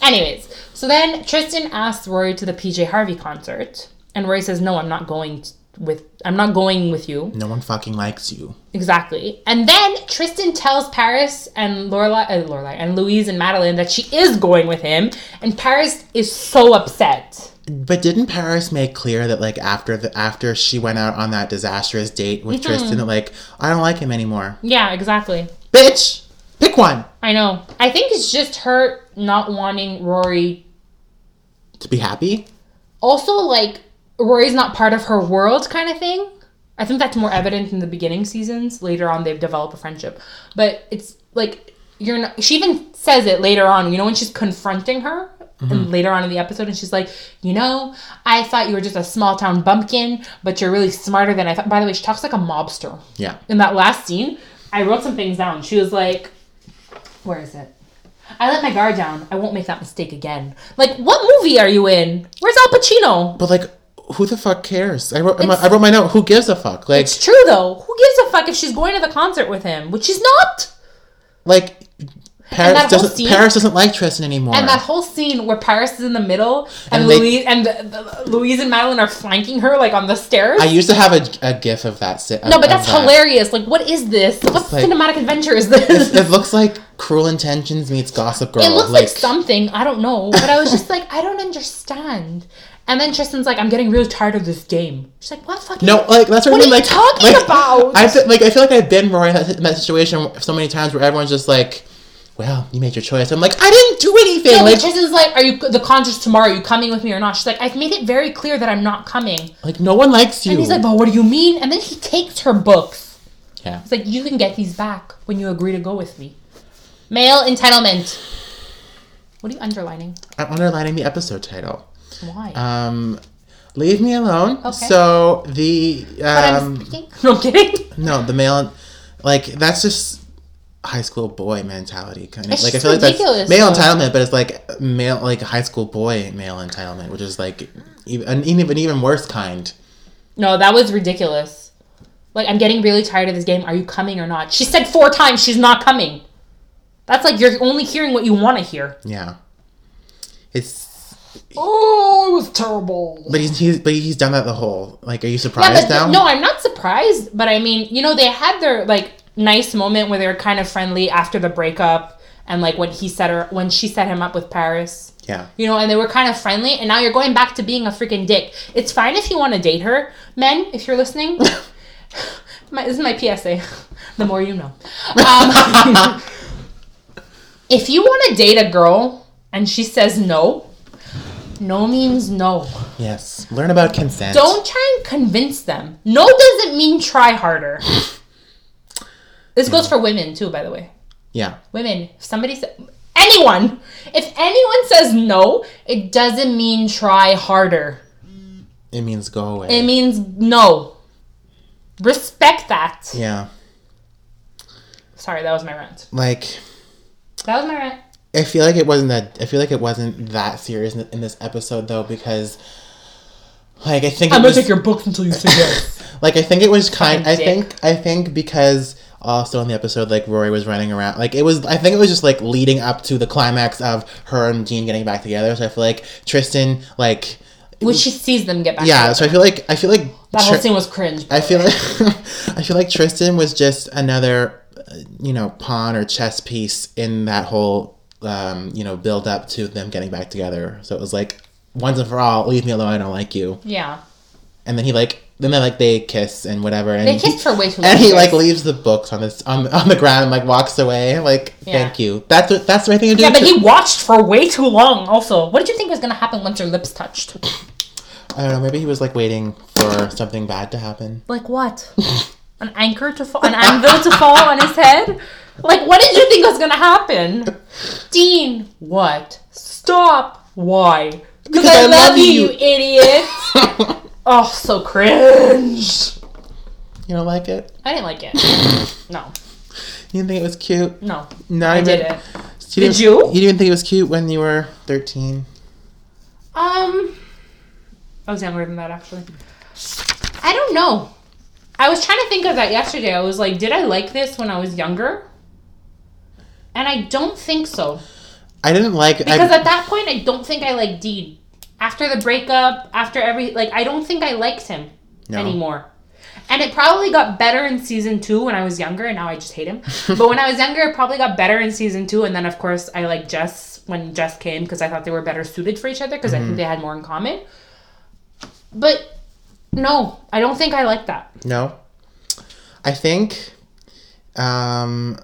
Speaker 2: Anyways, so then Tristan asks Rory to the PJ Harvey concert, and Rory says, no, I'm not going t- with I'm not going with you.
Speaker 1: No one fucking likes you.
Speaker 2: Exactly. And then Tristan tells Paris and Lorelai, uh, Lorelai and Louise and Madeline that she is going with him, and Paris is so upset.
Speaker 1: But didn't Paris make clear that like after the after she went out on that disastrous date
Speaker 2: Mm-hmm.
Speaker 1: with Tristan, that like I don't like him anymore.
Speaker 2: Yeah, exactly.
Speaker 1: Bitch, pick one
Speaker 2: I know. I think it's just her not wanting Rory.
Speaker 1: to be happy.
Speaker 2: Also, like Rory's not part of her world, kind of thing. I think that's more evident in the beginning seasons. Later on, they've developed a friendship, but it's like you're not. She even says it later on. You know when she's confronting her. And later on in the episode, and she's like, "You know, I thought you were just a small town bumpkin, but you're really smarter than I thought." By the way, she talks like a mobster
Speaker 1: Yeah.
Speaker 2: in that last scene, I wrote some things down. She was like, "Where is it? I let my guard down. I won't make that mistake again." Like, what movie are you in? Where's Al Pacino?
Speaker 1: But like, who the fuck cares? I wrote, I wrote my note. Who gives a fuck? Like,
Speaker 2: It's true though. Who gives a fuck if she's going to the concert with him, which she's not?
Speaker 1: like
Speaker 2: that
Speaker 1: Paris
Speaker 2: whole
Speaker 1: doesn't.
Speaker 2: scene-
Speaker 1: Paris doesn't like Tristan anymore.
Speaker 2: And that whole scene where Paris is in the middle and,
Speaker 1: And they-
Speaker 2: Louise and the, the, Louise and Madeline are flanking her like on the stairs.
Speaker 1: I used to have a, a gif of that. si- Of,
Speaker 2: no, but
Speaker 1: of
Speaker 2: that's
Speaker 1: that.
Speaker 2: hilarious. Like, what is this? What
Speaker 1: like-
Speaker 2: cinematic adventure is this?
Speaker 1: It looks like Cruel Intentions meets Gossip Girl.
Speaker 2: It looks like, something. I don't know. But I was just like, I don't understand. And then Tristan's like, I'm getting really tired of this game. She's like, what fucking?
Speaker 1: No, like that's what,
Speaker 2: What
Speaker 1: I mean.
Speaker 2: are you
Speaker 1: like,
Speaker 2: talking
Speaker 1: like,
Speaker 2: about?
Speaker 1: I feel, like I feel like I've been Rory in that- in that situation so many times where everyone's just like, "Well, you made your choice." I'm like, "I didn't do anything."
Speaker 2: Yeah,
Speaker 1: like,
Speaker 2: but Tristan's like, are you the concert's tomorrow? Are you coming with me or not? She's like, I've made it very clear that I'm not coming.
Speaker 1: like no one likes you.
Speaker 2: And he's like, but what do you mean? And then he takes her books.
Speaker 1: yeah.
Speaker 2: It's like you can get these back when you agree to go with me. Male entitlement. What are you underlining?
Speaker 1: I'm underlining the episode title.
Speaker 2: Why?
Speaker 1: Um, leave me alone.
Speaker 2: Okay.
Speaker 1: So the
Speaker 2: but I'm
Speaker 1: um,
Speaker 2: speaking. No, I'm kidding.
Speaker 1: no, the male, like that's just high school boy mentality kind of.
Speaker 2: It's
Speaker 1: like I
Speaker 2: just
Speaker 1: feel like that's
Speaker 2: ridiculous,
Speaker 1: male
Speaker 2: though.
Speaker 1: entitlement, but it's like male, like high school boy male entitlement, which is like e- an even an even worse kind.
Speaker 2: No, that was ridiculous. Like, I'm getting really tired of this game. Are you coming or not? She said four times she's not coming. That's like you're only hearing what you want to hear.
Speaker 1: Yeah. It's
Speaker 2: Oh, it was terrible.
Speaker 1: but he's, he's but he's done that the whole like are you
Speaker 2: Yeah,
Speaker 1: surprised
Speaker 2: but th-
Speaker 1: now?
Speaker 2: no, I'm not surprised. But I mean, you know, they had their like nice moment where they were kind of friendly after the breakup, and like when he set her, when she set him up with Paris.
Speaker 1: Yeah.
Speaker 2: You know, and they were kind of friendly, and now you're going back to being a freaking dick. It's fine if you want to date her, men, if you're listening. my, this is my PSA. The more you know. Um, if you want to date a girl and she says no, no means no.
Speaker 1: Yes. Learn about consent.
Speaker 2: Don't try and convince them. No doesn't mean try harder. This goes for women too, by the way
Speaker 1: Yeah.
Speaker 2: women if somebody says anyone if anyone says no it doesn't mean try harder
Speaker 1: It means go away.
Speaker 2: it means no respect that
Speaker 1: yeah.
Speaker 2: sorry that was my rant
Speaker 1: Like
Speaker 2: that was my rant
Speaker 1: I feel like it wasn't that I feel like it wasn't that serious in, in this episode though because like I think it was,
Speaker 2: your books until you say yes
Speaker 1: like I think it was kind I
Speaker 2: dick.
Speaker 1: think I think because also in the episode like Rory was running around like it was I think it was just like leading up to the climax of her and Jean getting back together so I feel like Tristan like
Speaker 2: which she sees them get back
Speaker 1: yeah
Speaker 2: together.
Speaker 1: so I feel like I feel like
Speaker 2: that whole
Speaker 1: Tr-
Speaker 2: scene was cringe
Speaker 1: I feel like I feel like Tristan was just another, uh, you know, pawn or chess piece in that whole, um, you know, build up to them getting back together. So it was like once and for all, leave me alone. I don't like you.
Speaker 2: yeah
Speaker 1: And then he like, then they like they kiss and whatever. And
Speaker 2: they
Speaker 1: he-
Speaker 2: kissed for way too long
Speaker 1: and he like leaves the books on this on, on the ground and like walks away. Like
Speaker 2: Yeah.
Speaker 1: thank you. That's what that's the right thing to do.
Speaker 2: yeah but
Speaker 1: too.
Speaker 2: he watched for way too long also what did you think was gonna happen once your lips touched
Speaker 1: I don't know. Maybe he was like waiting for something bad to happen.
Speaker 2: Like what? an anchor to fall, an anvil to fall on his head? Like what did you think was gonna happen? Dean, what? Stop. Why? Because I, love, you, you idiot. oh, so cringe.
Speaker 1: You don't like it.
Speaker 2: I didn't like it. No,
Speaker 1: You didn't think it was cute.
Speaker 2: no,
Speaker 1: Not
Speaker 2: I
Speaker 1: even-
Speaker 2: did it.
Speaker 1: You
Speaker 2: Did
Speaker 1: didn't-
Speaker 2: you?
Speaker 1: You didn't think it was cute when you were thirteen.
Speaker 2: Um, I was younger than that actually. I don't know. I was trying to think of that yesterday. I was like, did I like this when I was younger? And I don't think so.
Speaker 1: I didn't like
Speaker 2: Because
Speaker 1: I,
Speaker 2: at that point, I don't think I liked Dean. After the breakup, after every. Like, I don't think I liked him
Speaker 1: No.
Speaker 2: anymore. And it probably got better in season two when I was younger, and now I just hate him. but when I was younger, it probably got better in season two. And then, of course, I liked Jess when Jess came because I thought they were better suited for each other because I think they had more in common. But no, I don't think I like that.
Speaker 1: No. I think um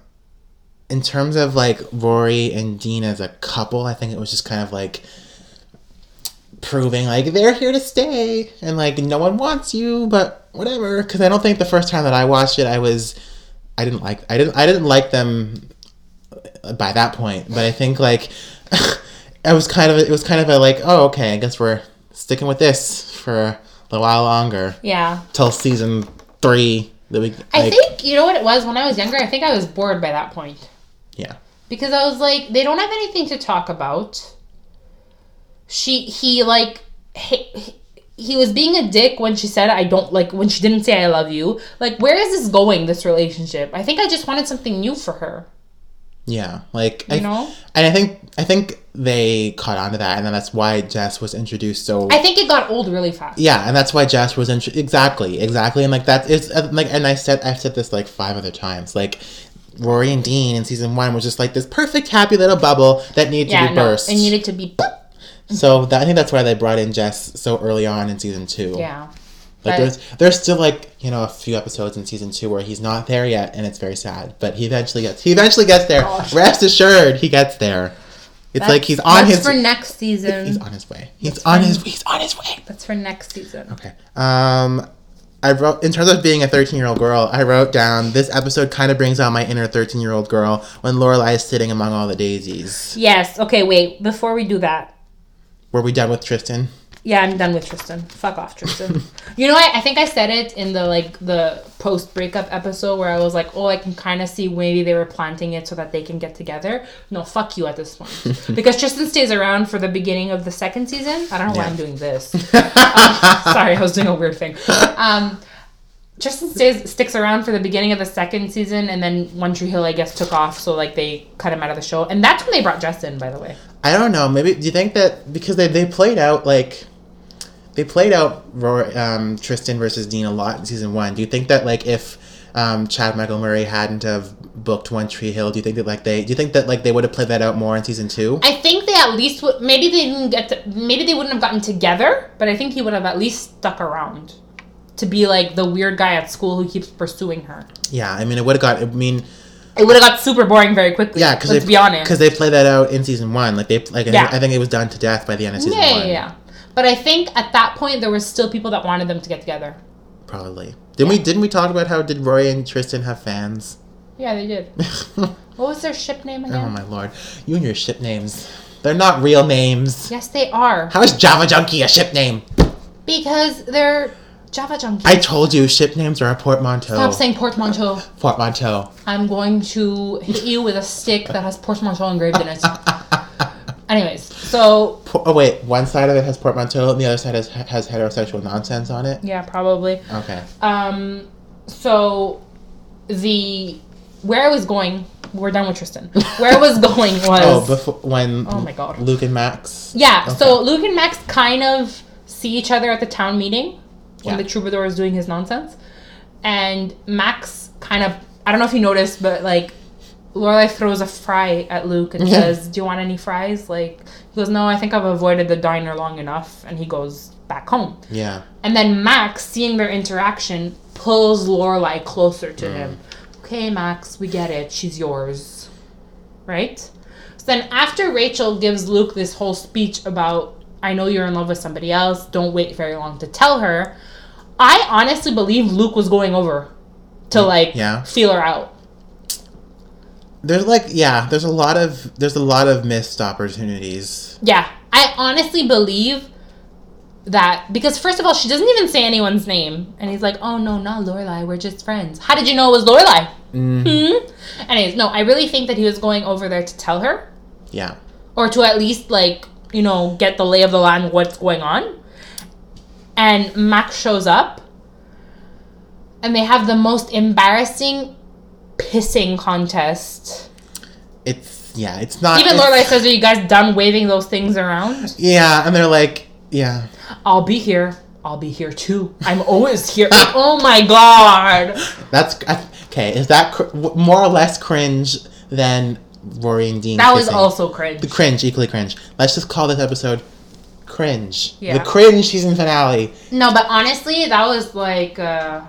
Speaker 1: in terms of like Rory and Dean as a couple, I think it was just kind of like proving like they're here to stay and like no one wants you, but whatever cuz I don't think the first time that I watched it I was I didn't like I didn't I didn't like them uh, by that point, but I think like I was kind of it was kind of a like oh okay, I guess we're sticking with this for a while longer
Speaker 2: Yeah.
Speaker 1: till season three that we. Like,
Speaker 2: I think, you know what it was? When I was younger, I think I was bored by that point.
Speaker 1: Yeah.
Speaker 2: because I was like, they don't have anything to talk about. She, he, like, he, he was being a dick when she said, "I don't like," when she didn't say, "I love you." Like, where is this going? This relationship? I think I just wanted something new for her.
Speaker 1: Yeah. Like
Speaker 2: You
Speaker 1: I,
Speaker 2: know?
Speaker 1: And I think I think they caught on to that, and then that's why Jess was introduced. So
Speaker 2: I think it got old really fast.
Speaker 1: yeah, and that's why Jess was intro- exactly exactly, and like that's it's uh, like, and I said I've said this like five other times, like. Rory and Dean in season one was just like this perfect happy little bubble that needed to
Speaker 2: Yeah,
Speaker 1: be
Speaker 2: no,
Speaker 1: burst.
Speaker 2: it needed to be.
Speaker 1: so that, I think that's why they brought in Jess so early on in season two.
Speaker 2: Yeah,
Speaker 1: Like
Speaker 2: But-
Speaker 1: there's there's still like you know a few episodes in season two where he's not there yet, and it's very sad. But he eventually gets he eventually gets there.
Speaker 2: Gosh.
Speaker 1: Rest assured, he gets there. It's like he's on
Speaker 2: Oh, that's
Speaker 1: his
Speaker 2: for next
Speaker 1: he's
Speaker 2: season.
Speaker 1: on his way. He's on his he's on his way.
Speaker 2: That's for next season.
Speaker 1: Okay. Um, I wrote in terms of being a thirteen year old girl. I wrote down this episode kind of brings out my inner thirteen year old girl when Lorelai is sitting among all the daisies.
Speaker 2: Yes. Okay. Wait. Before we do that,
Speaker 1: Were we done with Tristan?
Speaker 2: Yeah, I'm done with Tristan. Fuck off, Tristan. you know, I, I think I said it in the like the post breakup episode where I was like, oh, I can kind of see maybe they were planting it so that they can get together. No, fuck you at this point because Tristan stays around for the beginning of the second season. I don't know why
Speaker 1: Yeah.
Speaker 2: I'm doing this. Um, sorry, I was doing a weird thing. Um, Tristan stays sticks around for the beginning of the second season, and then One Tree Hill, I guess, took off. So like they cut him out of the show, and that's when they brought Justin, by the way.
Speaker 1: I don't know. Maybe do you think that because they, they played out like they played out Rory, um, Tristan versus Dean a lot in season one. Do you think that like if um, Chad Michael Murray hadn't have booked One Tree Hill, do you think that like they do you think that like they would have played that out more in season two?
Speaker 2: I think they at least would. Maybe they didn't get. To, maybe they wouldn't have gotten together, but I think he would have at least stuck around to be like the weird guy at school who keeps pursuing her.
Speaker 1: yeah, I mean it would have got. I mean
Speaker 2: It would have got super boring very quickly.
Speaker 1: yeah, because
Speaker 2: let's be honest.
Speaker 1: because they played that out in season one. Like they like I think-
Speaker 2: Yeah.
Speaker 1: I think it was done to death by the end of season
Speaker 2: yeah, yeah,
Speaker 1: one.
Speaker 2: yeah. But I think at that point there were still people that wanted them to get together.
Speaker 1: probably. Didn't we didn't we talk about how did Rory and Tristan have fans?
Speaker 2: Yeah, they did. What was their ship name
Speaker 1: Oh
Speaker 2: again?
Speaker 1: my lord, you and your ship names. They're not real names.
Speaker 2: yes, they are
Speaker 1: How is Java Junkie a ship name?
Speaker 2: because they're Java junkies.
Speaker 1: I told you ship names are a portmanteau.
Speaker 2: Stop saying portmanteau.
Speaker 1: portmanteau.
Speaker 2: I'm going to hit you with a stick that has portmanteau engraved in it. Anyways, so
Speaker 1: Por- oh wait, one side of it has portmanteau and the other side has, has heterosexual nonsense on it.
Speaker 2: Yeah, probably.
Speaker 1: Okay.
Speaker 2: Um, so the where I was going, we're done with Tristan. Where I was going was
Speaker 1: Oh, before when
Speaker 2: Oh my God.
Speaker 1: Luke and Max.
Speaker 2: yeah. So
Speaker 1: Okay.
Speaker 2: Luke and Max kind of see each other at the town meeting
Speaker 1: Yeah.
Speaker 2: when the troubadour is doing his nonsense, and Max kind of I don't know if you noticed, but like. Lorelai throws a fry at Luke and
Speaker 1: Yeah.
Speaker 2: says, "Do you want any fries?" Like he goes, "No, I think I've avoided the diner long enough." And he goes back home.
Speaker 1: Yeah.
Speaker 2: And then Max, seeing their interaction, pulls Lorelai closer to him. Okay, Max, we get it. She's yours, right? So then, after Rachel gives Luke this whole speech about, I know you're in love with somebody else. Don't wait very long to tell her. I honestly believe Luke was going over to like
Speaker 1: yeah.
Speaker 2: feel her out.
Speaker 1: There's like yeah, there's a lot of there's a lot of missed opportunities.
Speaker 2: Yeah, I honestly believe that because first of all, she doesn't even say anyone's name, and he's like, "Oh no, not Lorelai. We're just friends." How did you know it was Lorelai?
Speaker 1: Mm,
Speaker 2: hmm Anyways, no, I really think that he was going over there to tell her,
Speaker 1: yeah.
Speaker 2: or to at least like you know get the lay of the land, what's going on. and Max shows up and they have the most embarrassing pissing contest.
Speaker 1: It's yeah, it's not
Speaker 2: Even
Speaker 1: Uh, it's-
Speaker 2: Lorelai says, "Are you guys done waving those things around?
Speaker 1: Yeah, and they're like, yeah.
Speaker 2: I'll be here. I'll be here too. I'm always here. oh my god!
Speaker 1: That's I- okay. Is that cr- w- more or less cringe than Rory and Dean?
Speaker 2: That was
Speaker 1: kissing?
Speaker 2: also cringe.
Speaker 1: the cringe, equally cringe. Let's just call this episode cringe.
Speaker 2: Yeah.
Speaker 1: The cringe season finale.
Speaker 2: No, but honestly, that was like, uh,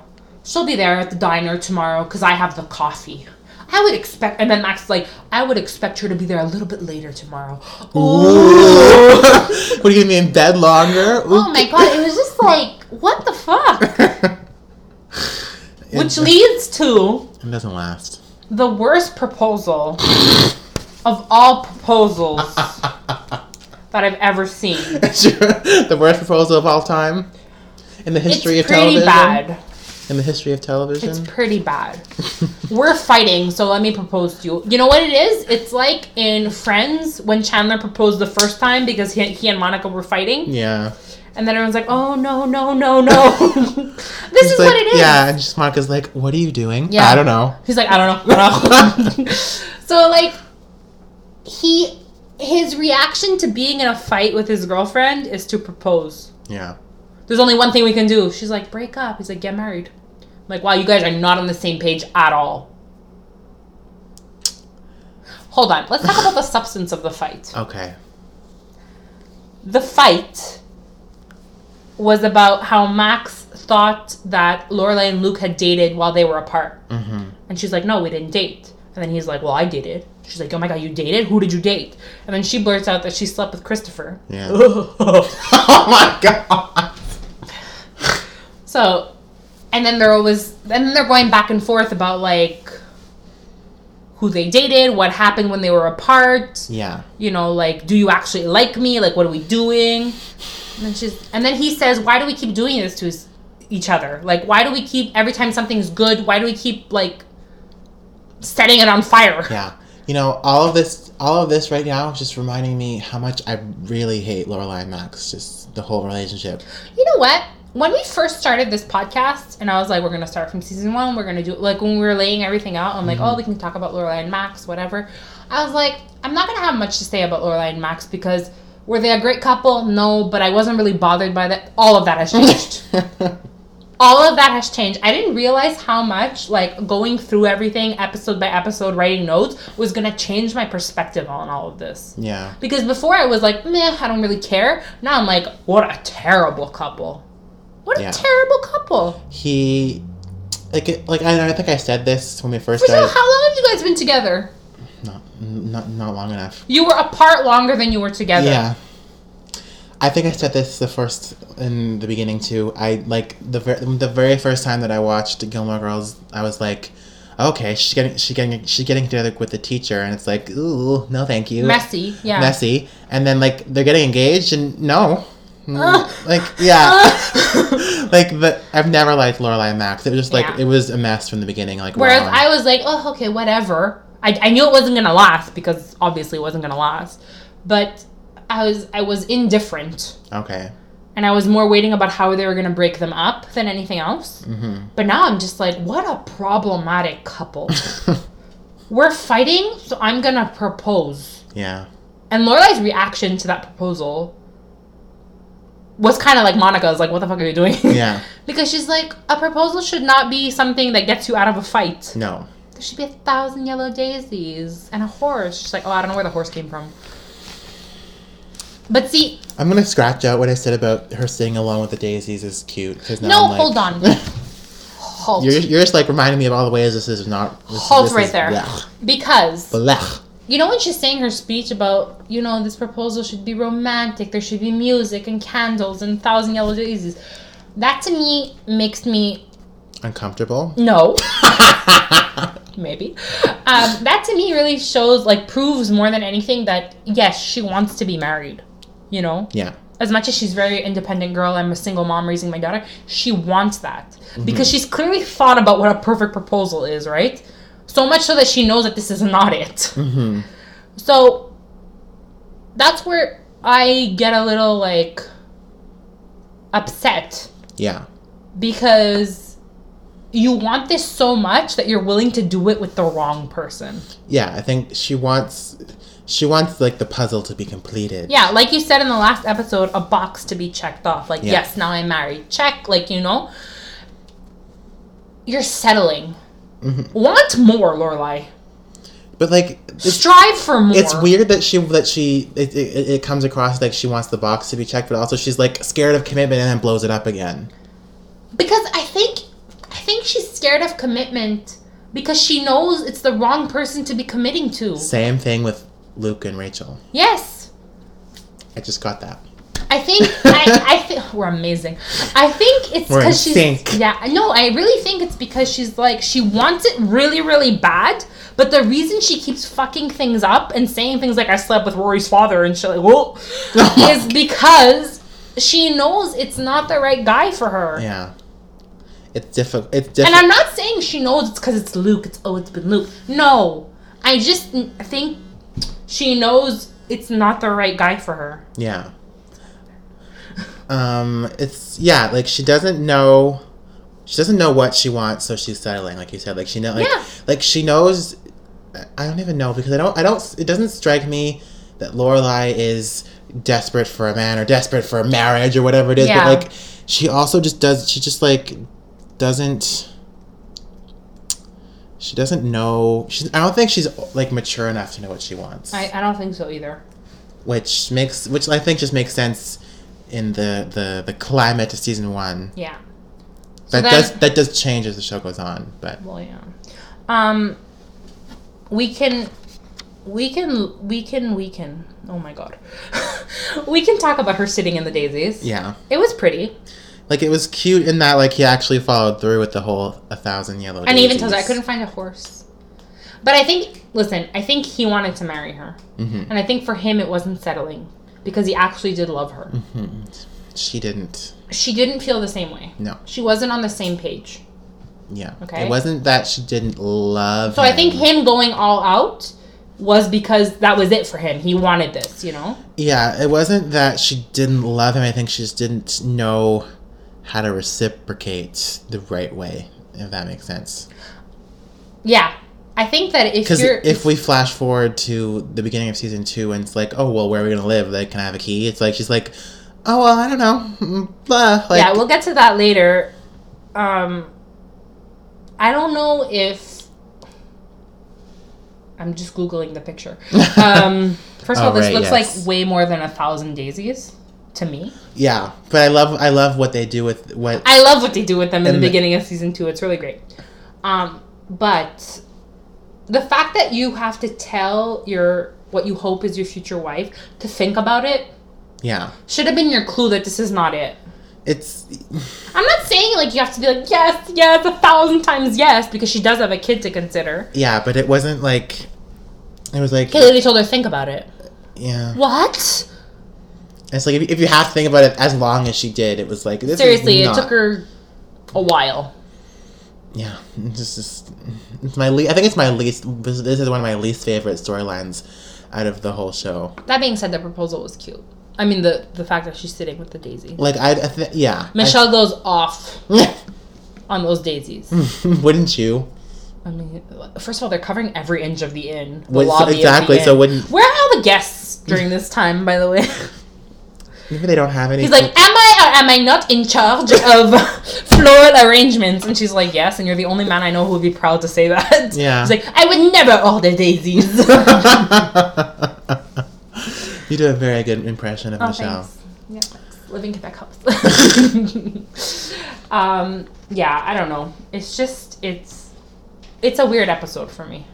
Speaker 2: she'll be there at the diner tomorrow because I have the coffee. I would expect, and then Max is like, I would expect her to be there a little bit later tomorrow. Ooh.
Speaker 1: what are you gonna be in bed longer?
Speaker 2: Oh my god, it was just like, what the fuck?
Speaker 1: god!
Speaker 2: Which leads to
Speaker 1: it doesn't last.
Speaker 2: the worst proposal of all proposals that I've ever seen.
Speaker 1: the worst proposal of all time in the history
Speaker 2: it's
Speaker 1: of
Speaker 2: pretty
Speaker 1: television.
Speaker 2: bad.
Speaker 1: In the history of
Speaker 2: It's
Speaker 1: television.
Speaker 2: pretty bad. We're fighting, so let me propose to you. You know what it is? It's like in Friends when Chandler proposed the first time because he, he and Monica were fighting,
Speaker 1: yeah.
Speaker 2: and then everyone's like, "Oh no, no, no, no!" this is
Speaker 1: It's like,
Speaker 2: what it is.
Speaker 1: Yeah, and just Monica's like, "What are you doing?
Speaker 2: Yeah.
Speaker 1: I don't know."
Speaker 2: He's like, "I don't know." I don't know." so like, he his reaction to being in a fight with his girlfriend is to propose.
Speaker 1: Yeah.
Speaker 2: There's only one thing we can do. She's like, "Break up." He's like, "Get married." I'm like, wow, you guys are not on the same page at all. Hold on. Let's talk about the substance of the fight.
Speaker 1: Okay.
Speaker 2: The fight was about how Max thought that Lorelai and Luke had dated while they were apart.
Speaker 1: Mm-hmm.
Speaker 2: And she's like, no, we didn't date. And then he's like, well, I dated. She's like, oh my god, you dated? Who did you date? And then she blurts out that she slept with Christopher.
Speaker 1: Yeah. oh my god.
Speaker 2: So, and then they're always, and then they're going back and forth about like who they dated, what happened when they were apart.
Speaker 1: Yeah.
Speaker 2: You know, like, do you actually like me? Like, what are we doing? And then she's, and then he says, why do we keep doing this to his, each other? Like, why do we keep every time something's good? Why do we keep like setting it on fire?
Speaker 1: Yeah. You know, all of this, all of this right now, is just reminding me how much I really hate Lorelai and Max. Just the whole relationship.
Speaker 2: You know what? When we first started this podcast, and I was like, we're gonna start from season one, we're gonna do like when we were laying everything out, I'm like, oh, we can talk about Lorelai and Max, whatever. I was like, I'm not gonna have much to say about Lorelai and Max because were they a great couple? No, but I wasn't really bothered by that. All of that has changed. All of that has changed. I didn't realize how much like going through everything episode by episode, writing notes was gonna change my perspective on all of this.
Speaker 1: yeah.
Speaker 2: Because before I was like, meh, I don't really care. Now I'm like, what a terrible couple. What a
Speaker 1: Yeah.
Speaker 2: terrible couple.
Speaker 1: He, like, it- like I, I think I said this when we first
Speaker 2: First of all,
Speaker 1: started.
Speaker 2: how long have you guys been together?
Speaker 1: Not, not, not long enough.
Speaker 2: You were apart longer than you were together.
Speaker 1: Yeah. I think I said this the first in the beginning too. I like the ver- the very first time that I watched Gilmore Girls, I was like, okay, she's getting she getting she getting together with the teacher, and it's like, ooh, no, thank you,
Speaker 2: Messy, yeah.
Speaker 1: messy. And then like they're getting engaged, and no,
Speaker 2: Ugh.
Speaker 1: like yeah,
Speaker 2: Ugh.
Speaker 1: like the I've never liked Lorelai and Max. It was just like
Speaker 2: Yeah.
Speaker 1: it was a mess from the beginning. Like
Speaker 2: Whereas
Speaker 1: wow.
Speaker 2: I was like, oh, okay, whatever. I, I knew it wasn't gonna last because obviously it wasn't gonna last. But I was I was indifferent.
Speaker 1: okay,
Speaker 2: And I was more waiting about how they were gonna break them up than anything else.
Speaker 1: hmm
Speaker 2: But now I'm just like, what a problematic couple. We're fighting, so I'm gonna propose.
Speaker 1: yeah,
Speaker 2: And Lorelai's reaction to that proposal was kind of like Monica's, like, what the fuck are you doing?
Speaker 1: yeah,
Speaker 2: because she's like, a proposal should not be something that gets you out of a fight.
Speaker 1: no,
Speaker 2: There should be a thousand yellow daisies and a horse. She's like, oh, I don't know where the horse came from. But see,
Speaker 1: I'm gonna scratch out what I said about her sitting alone with the daisies is cute. 'cause now
Speaker 2: no,
Speaker 1: I'm like-
Speaker 2: hold on. halt.
Speaker 1: You're, you're just like reminding me of all the ways this is not. This,
Speaker 2: halt
Speaker 1: this
Speaker 2: right
Speaker 1: is
Speaker 2: there.
Speaker 1: blech,
Speaker 2: Because
Speaker 1: blech.
Speaker 2: You know when she's saying her speech about, you know, this proposal should be romantic, there should be music and candles and thousand yellow daisies. That to me makes me
Speaker 1: Uncomfortable.
Speaker 2: no, maybe. Um, that to me really shows, like, proves more than anything that yes, she wants to be married. You know,
Speaker 1: yeah.
Speaker 2: as much as she's a very independent girl, I'm a single mom raising my daughter. She wants that because she's clearly thought about what a perfect proposal is, right? So much so that she knows that this is not it.
Speaker 1: Mm-hmm.
Speaker 2: So that's where I get a little like upset
Speaker 1: Yeah.
Speaker 2: because you want this so much that you're willing to do it with the wrong person.
Speaker 1: Yeah, I think she wants she wants like the puzzle to be completed.
Speaker 2: Yeah, like you said in the last episode, a box to be checked off. Like,
Speaker 1: Yeah.
Speaker 2: yes, now I'm married. Check. Like, you know, you're settling.
Speaker 1: Mm-hmm.
Speaker 2: Want more, Lorelai.
Speaker 1: But like it's,
Speaker 2: Strive for more.
Speaker 1: it's weird that she that she it, it, it comes across like she wants the box to be checked, but also she's like scared of commitment and then blows it up again.
Speaker 2: because I think I think she's scared of commitment because she knows it's the wrong person to be committing to.
Speaker 1: Same thing with Luke and Rachel.
Speaker 2: Yes.
Speaker 1: I just got that.
Speaker 2: I think I, I think we're amazing. I think it's
Speaker 1: We're in
Speaker 2: because she's
Speaker 1: sync.
Speaker 2: yeah. No, I really think it's because she's like she wants it really, really bad. But the reason she keeps fucking things up and saying things like "I slept with Rory's father" and shit like whoa,
Speaker 1: Oh
Speaker 2: is because she knows it's not the right guy for her.
Speaker 1: Yeah. It's difficult. It's
Speaker 2: And
Speaker 1: difficult.
Speaker 2: I'm not saying she knows it's because it's Luke. It's oh, it's been Luke. No, I just n- think she knows it's not the right guy for her.
Speaker 1: Yeah. Um, it's yeah, like she doesn't know she doesn't know what she wants, so she's settling, like you said. Like she know like,
Speaker 2: Yeah.
Speaker 1: like she knows I don't even know because I don't I don't it doesn't strike me that Lorelai is desperate for a man or desperate for a marriage or whatever it is,
Speaker 2: Yeah.
Speaker 1: but like she also just does she just like doesn't she doesn't know she's I don't think she's like mature enough to know what she wants
Speaker 2: I, I don't think so either.
Speaker 1: which makes which I think just makes sense in the the the climate of season one.
Speaker 2: Yeah.
Speaker 1: that
Speaker 2: then-
Speaker 1: does that does change as the show goes on, but
Speaker 2: Well, yeah. Um, we can, we can, we can, we can. Oh my god, we can talk about her sitting in the daisies.
Speaker 1: yeah,
Speaker 2: It was pretty,
Speaker 1: like it was cute in that like he actually followed through with the whole a thousand yellow.
Speaker 2: and even tells her I
Speaker 1: Daisies.
Speaker 2: couldn't find a horse. But I think, listen, I think he wanted to marry her,
Speaker 1: Mhm.
Speaker 2: and I think for him it wasn't settling because he actually did love her.
Speaker 1: She didn't.
Speaker 2: She didn't feel the same way.
Speaker 1: No.
Speaker 2: She wasn't on the same page.
Speaker 1: Yeah.
Speaker 2: Okay.
Speaker 1: It wasn't that she didn't love.
Speaker 2: So I think him going all out was because that was it for him. He wanted this, you know.
Speaker 1: Yeah, it wasn't that she didn't love him. I think she just didn't know how to reciprocate the right way. If that makes sense.
Speaker 2: Yeah. I think that if
Speaker 1: Because
Speaker 2: you're
Speaker 1: if we flash forward to the beginning of season two, and it's like, oh well, where are we gonna live? Like, can I have a key? It's like she's like, oh well, I don't know, Mm, blah. Like,
Speaker 2: yeah, we'll get to that later. Um I don't know if I'm just googling the picture. Um first of all,
Speaker 1: Oh,
Speaker 2: this
Speaker 1: right,
Speaker 2: looks
Speaker 1: yes.
Speaker 2: like way more than a thousand daisies to me.
Speaker 1: yeah. But I love, I love what they do with what.
Speaker 2: I love what they do with them in
Speaker 1: And
Speaker 2: the
Speaker 1: the-
Speaker 2: beginning of season two. It's really great. Um, but the fact that you have to tell your what you hope is your future wife to think about it
Speaker 1: yeah,
Speaker 2: should have been your clue that this is not it.
Speaker 1: it's
Speaker 2: I'm not saying like you have to be like yes, yes, a thousand times yes because she does have a kid to consider.
Speaker 1: yeah, but it wasn't like it was like
Speaker 2: He literally told her think about it.
Speaker 1: yeah.
Speaker 2: What?
Speaker 1: It's like if you, if you have to think about it as long as she did, it was like this is
Speaker 2: Seriously, it
Speaker 1: not-
Speaker 2: took her a while.
Speaker 1: Yeah, it's just, just it's my le- I think it's my least. This, this is one of my least favorite storylines out of the whole show.
Speaker 2: That being said, the proposal was cute. I mean the the fact that she's sitting with the daisy.
Speaker 1: Like I, I th- yeah,
Speaker 2: Michelle goes off
Speaker 1: I-
Speaker 2: on those daisies.
Speaker 1: wouldn't you?
Speaker 2: I mean, first of all, they're covering every inch of the inn. The
Speaker 1: Well, so-
Speaker 2: lobby
Speaker 1: exactly,
Speaker 2: Of the
Speaker 1: so
Speaker 2: inn.
Speaker 1: wouldn't-
Speaker 2: Where are all the guests during this time? By the way,
Speaker 1: Maybe they don't have any.
Speaker 2: he's like, "Am I or am I not in charge of floral arrangements?" And she's like, "Yes." And you're the only man I know who would be proud to say that.
Speaker 1: Yeah.
Speaker 2: He's like, "I would never order daisies." Oh,
Speaker 1: you do a very good impression of
Speaker 2: Oh,
Speaker 1: Michelle.
Speaker 2: thanks. Yeah, thanks. Living Quebec helps. um, yeah, I don't know. It's just it's it's a weird episode for me.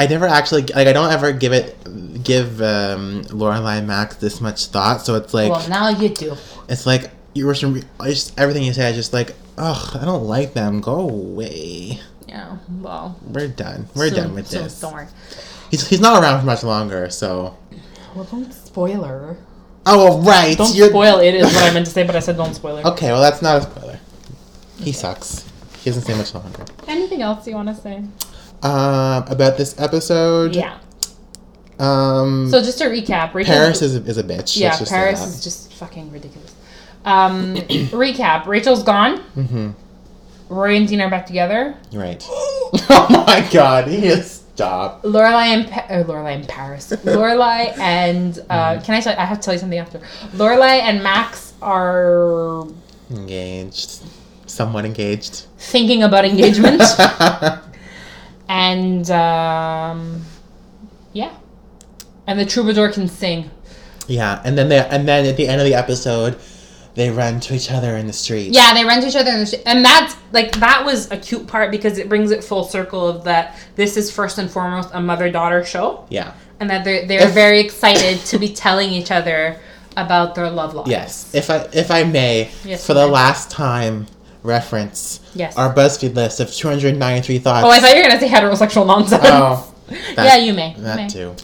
Speaker 1: I never actually like. I don't ever give it give um, Lorelai Max this much thought. So it's like
Speaker 2: well, now you do.
Speaker 1: it's like you were some. I Just everything you say is just like, ugh, I don't like them. Go away.
Speaker 2: Yeah. Well.
Speaker 1: We're done. We're done with this.
Speaker 2: Don't worry.
Speaker 1: He's, he's not around for much longer. So
Speaker 2: Well, don't spoiler.
Speaker 1: oh right,
Speaker 2: Don't
Speaker 1: you're-
Speaker 2: spoil it is what I meant to say, but I said don't spoiler.
Speaker 1: Okay, well that's not a spoiler. He sucks. He doesn't say much longer.
Speaker 2: Anything else you want to say?
Speaker 1: Um, about this episode.
Speaker 2: Yeah.
Speaker 1: Um,
Speaker 2: So just to recap, Rachel,
Speaker 1: Paris is a, is a bitch.
Speaker 2: yeah,
Speaker 1: let's just say
Speaker 2: Paris
Speaker 1: that.
Speaker 2: is just fucking ridiculous. Um, recap: Rachel's gone. Rory and Dean are back together.
Speaker 1: Mm-hmm. Right. oh my god, he is stop.
Speaker 2: Lorelai and pa- uh, Lorelai in Paris. Lorelai and
Speaker 1: Mm-hmm.
Speaker 2: uh, can I? Tell- I have to tell you something after. Lorelai and Max are
Speaker 1: Engaged. Somewhat engaged.
Speaker 2: thinking about engagement, and um, yeah, and the troubadour can sing.
Speaker 1: yeah, and then they and then at the end of the episode, they run to each other in the street.
Speaker 2: Yeah, they run to each other, in the sh- and that's like that was a cute part because it brings it full circle of that. This is first and foremost a mother daughter show,
Speaker 1: Yeah.
Speaker 2: and that they're they're very excited to be telling each other about their love life.
Speaker 1: Yes. If I if I may,
Speaker 2: Yes,
Speaker 1: for the
Speaker 2: ma'am.
Speaker 1: last time reference
Speaker 2: Yes.
Speaker 1: our BuzzFeed list of 293 thoughts.
Speaker 2: Oh, I thought you were gonna say heterosexual nonsense.
Speaker 1: Oh,
Speaker 2: yeah, you may. You
Speaker 1: that
Speaker 2: may.
Speaker 1: too.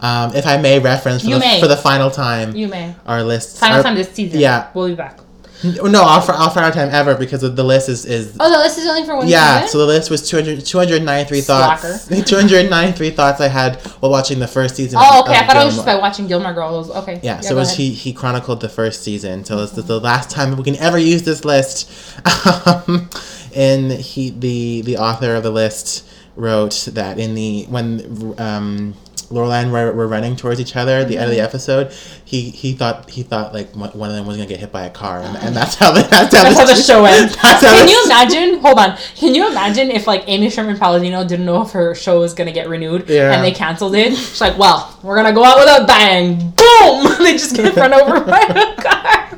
Speaker 1: Um, if I may reference for,
Speaker 2: You
Speaker 1: the,
Speaker 2: may.
Speaker 1: for the final time
Speaker 2: You may.
Speaker 1: our list.
Speaker 2: Final
Speaker 1: our-
Speaker 2: time this season.
Speaker 1: Uh, yeah.
Speaker 2: We'll be back.
Speaker 1: No, our, fir- our final time ever because of the list is is
Speaker 2: Oh, the list is only for one
Speaker 1: Yeah, so
Speaker 2: season?
Speaker 1: the list was 200, 293 thoughts.
Speaker 2: Slacker.
Speaker 1: 293 thoughts I had while watching the first season.
Speaker 2: Oh,
Speaker 1: of-
Speaker 2: okay. I
Speaker 1: of
Speaker 2: thought it was just by
Speaker 1: Gilmore.
Speaker 2: watching Gilmore Girls. Okay.
Speaker 1: Yeah, so
Speaker 2: go
Speaker 1: it was
Speaker 2: ahead.
Speaker 1: he, he chronicled the first season. So this is the last time we can ever use this list. Um, and he the the author of the list wrote that in the when um, Lorelai and were, were running towards each other at the end of the
Speaker 2: Mm-hmm.
Speaker 1: episode, he he thought he thought like one one of them was gonna get hit by a car, and, and that's how the, that's how,
Speaker 2: Oh. That's how the show ends.
Speaker 1: That's how
Speaker 2: Can
Speaker 1: the-
Speaker 2: you imagine? Hold on. Can you imagine if like Amy Sherman Palladino didn't know if her show was gonna get renewed
Speaker 1: Yeah.
Speaker 2: and they canceled it? She's like, "Well, we're gonna go out with a bang, boom!" they just get run over by a car.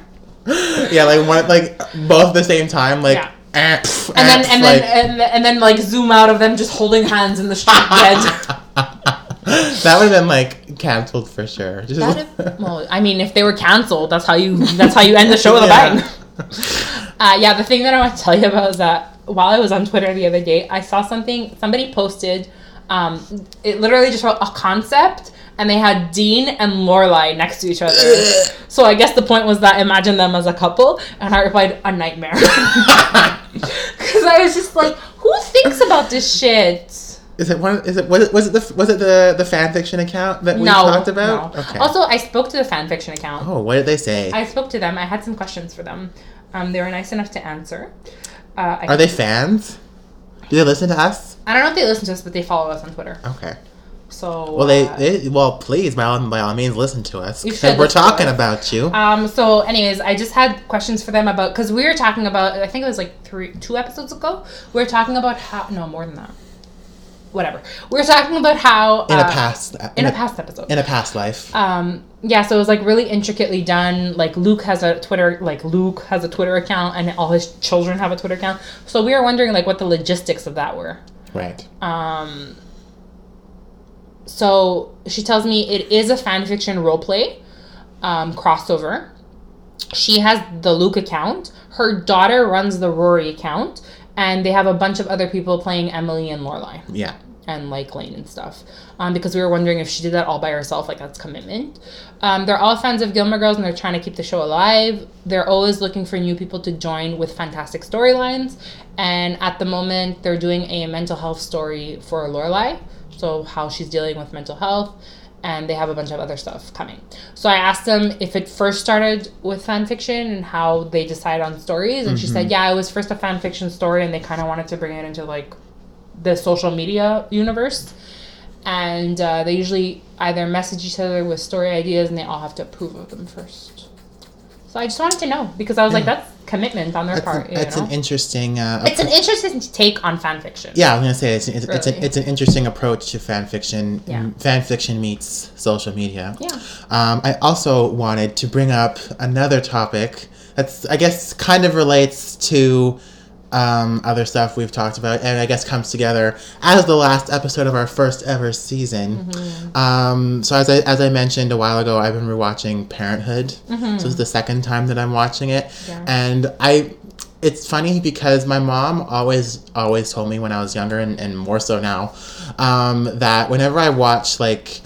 Speaker 1: yeah, like one, like both at the same time, like
Speaker 2: Yeah.
Speaker 1: eh, pff,
Speaker 2: And then
Speaker 1: eh,
Speaker 2: and
Speaker 1: like,
Speaker 2: then and, and then like zoom out of them just holding hands in the street dead.
Speaker 1: that would have been like canceled for sure. Just-
Speaker 2: That- well, I mean, if they were canceled, that's how you that's how you end the show with a
Speaker 1: Yeah.
Speaker 2: bang. Uh, yeah, the thing that I want to tell you about is that while I was on Twitter the other day, I saw something somebody posted. Um, it literally just wrote a concept, and they had Dean and Lorelai next to each other. so I guess the point was that imagine them as a couple, and I replied a nightmare because I was just like, who thinks about this shit?
Speaker 1: Is it one? Is it was it was it the was it the the fan fiction account that we
Speaker 2: no,
Speaker 1: talked about?
Speaker 2: no.
Speaker 1: Okay.
Speaker 2: Also, I spoke to the fanfiction account.
Speaker 1: oh, what did they say?
Speaker 2: I spoke to them. I had some questions for them. Um, they were nice enough to answer. Uh, I,
Speaker 1: Are they fans? Do they listen to us?
Speaker 2: I don't know if they listen to us, but they follow us on Twitter.
Speaker 1: Okay.
Speaker 2: So
Speaker 1: Well, they,
Speaker 2: uh,
Speaker 1: they well, please by all, by all means listen to us.
Speaker 2: You
Speaker 1: 'cause
Speaker 2: should
Speaker 1: We're
Speaker 2: listen to
Speaker 1: talking
Speaker 2: us.
Speaker 1: about you.
Speaker 2: Um. So, anyways, I just had questions for them about because we were talking about. I think it was like three, two episodes ago. We were talking about how no more than that. Whatever. We were talking about how
Speaker 1: in
Speaker 2: uh,
Speaker 1: a past
Speaker 2: in a past episode.
Speaker 1: in a past life.
Speaker 2: um yeah so it was like really intricately done like luke has a twitter like luke has a twitter account and all his children have a twitter account so we were wondering like what the logistics of that were
Speaker 1: right.
Speaker 2: um so she tells me it is a fan fiction role play um crossover she has the luke account her daughter runs the rory account and they have a bunch of other people playing emily and lorelei
Speaker 1: Yeah.
Speaker 2: and like Lane and stuff. Um, because we were wondering if she did that all by herself, like that's commitment. Um, they're all fans of Gilmore Girls and they're trying to keep the show alive. They're always looking for new people to join with fantastic storylines. And at the moment, they're doing a mental health story for Lorelai, so how she's dealing with mental health. And they have a bunch of other stuff coming. So I asked them if it first started with fan fiction and how they decide on stories. And she said, yeah, it was first a fan fiction story, and they kind of wanted to bring it into like the social media universe. And uh, they usually either message each other with story ideas and they all have to approve of them first. So I just wanted to know because I was like, that's commitment on their
Speaker 1: That's,
Speaker 2: part.
Speaker 1: an,
Speaker 2: you
Speaker 1: that's
Speaker 2: know?
Speaker 1: an interesting. Uh,
Speaker 2: it's an interesting take on fan fiction.
Speaker 1: Yeah, I was gonna say it's it's, it's, an,
Speaker 2: Really.
Speaker 1: it's an interesting approach to fan fiction.
Speaker 2: Yeah.
Speaker 1: Mm, Fan fiction meets social media.
Speaker 2: Yeah.
Speaker 1: Um, I also wanted to bring up another topic that's I guess kind of relates to um, other stuff we've talked about, and I guess comes together as the last episode of our first ever season.
Speaker 2: Mm-hmm.
Speaker 1: Um, so as I as I mentioned a while ago, I've been rewatching Parenthood. So it's the second time that I'm watching it,
Speaker 2: Mm-hmm. Yeah.
Speaker 1: and I it's funny because my mom always always told me when I was younger and, and more so now um, that whenever I watch like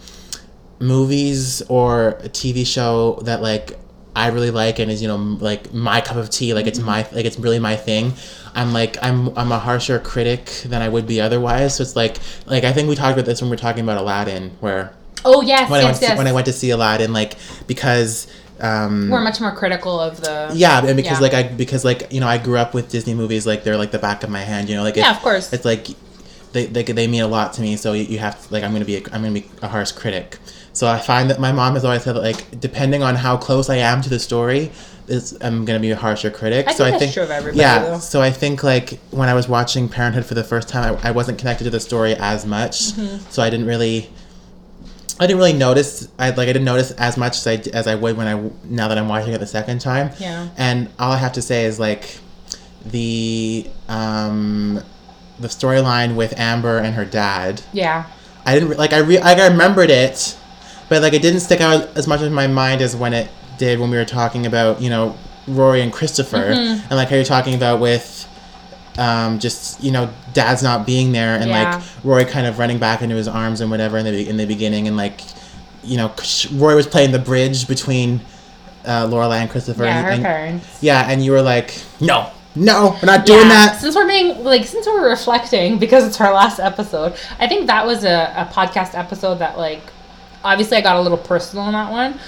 Speaker 1: movies or a TV show that like I really like and is you know m- like my cup of tea like
Speaker 2: Mm-hmm.
Speaker 1: it's my like it's really my thing I'm like I'm I'm a harsher critic than I would be otherwise so it's like like I think we talked about this when we were talking about Aladdin where
Speaker 2: Oh, yes,
Speaker 1: when I went
Speaker 2: yes,
Speaker 1: to,
Speaker 2: yes.
Speaker 1: when I went to see Aladdin, like because Um,
Speaker 2: We're much more critical of the.
Speaker 1: yeah, and because
Speaker 2: Yeah.
Speaker 1: like I because like you know I grew up with Disney movies like they're like the back of my hand. You know, like
Speaker 2: Yeah,
Speaker 1: if-
Speaker 2: of course.
Speaker 1: it's like they, they they mean a lot to me. So you, you have to like I'm gonna be a, I'm gonna be a harsh critic. So I find that my mom has always said that like depending on how close I am to the story, is I'm gonna be a harsher critic.
Speaker 2: I
Speaker 1: so
Speaker 2: think
Speaker 1: I
Speaker 2: that's
Speaker 1: think
Speaker 2: true of everybody,
Speaker 1: yeah.
Speaker 2: though.
Speaker 1: So I think like when I was watching Parenthood for the first time, I, I wasn't connected to the story as much.
Speaker 2: Mm-hmm.
Speaker 1: So I didn't really. I didn't really notice. I like I didn't notice as much as I as I would when I now that I'm watching it the second time.
Speaker 2: Yeah.
Speaker 1: And all I have to say is like the um the storyline with Amber and her dad.
Speaker 2: Yeah.
Speaker 1: I didn't re- like I re- like I remembered it, but like it didn't stick out as much in my mind as when it did when we were talking about you know Rory and Christopher
Speaker 2: Mm-hmm.
Speaker 1: and like how you're talking about with. Um, just you know, Dad's not being there, and
Speaker 2: Yeah.
Speaker 1: like Rory kind of running back into his arms and whatever in the be- in the beginning, and like, you know, Rory was playing the bridge between uh, Lorelai and Christopher.
Speaker 2: Yeah,
Speaker 1: and-
Speaker 2: her
Speaker 1: and-
Speaker 2: parents.
Speaker 1: yeah, and you were like, no, no, we're not doing
Speaker 2: Yeah,
Speaker 1: that.
Speaker 2: Since we're being like since we're reflecting because it's our last episode, I think that was a, a podcast episode that like obviously I got a little personal on that one.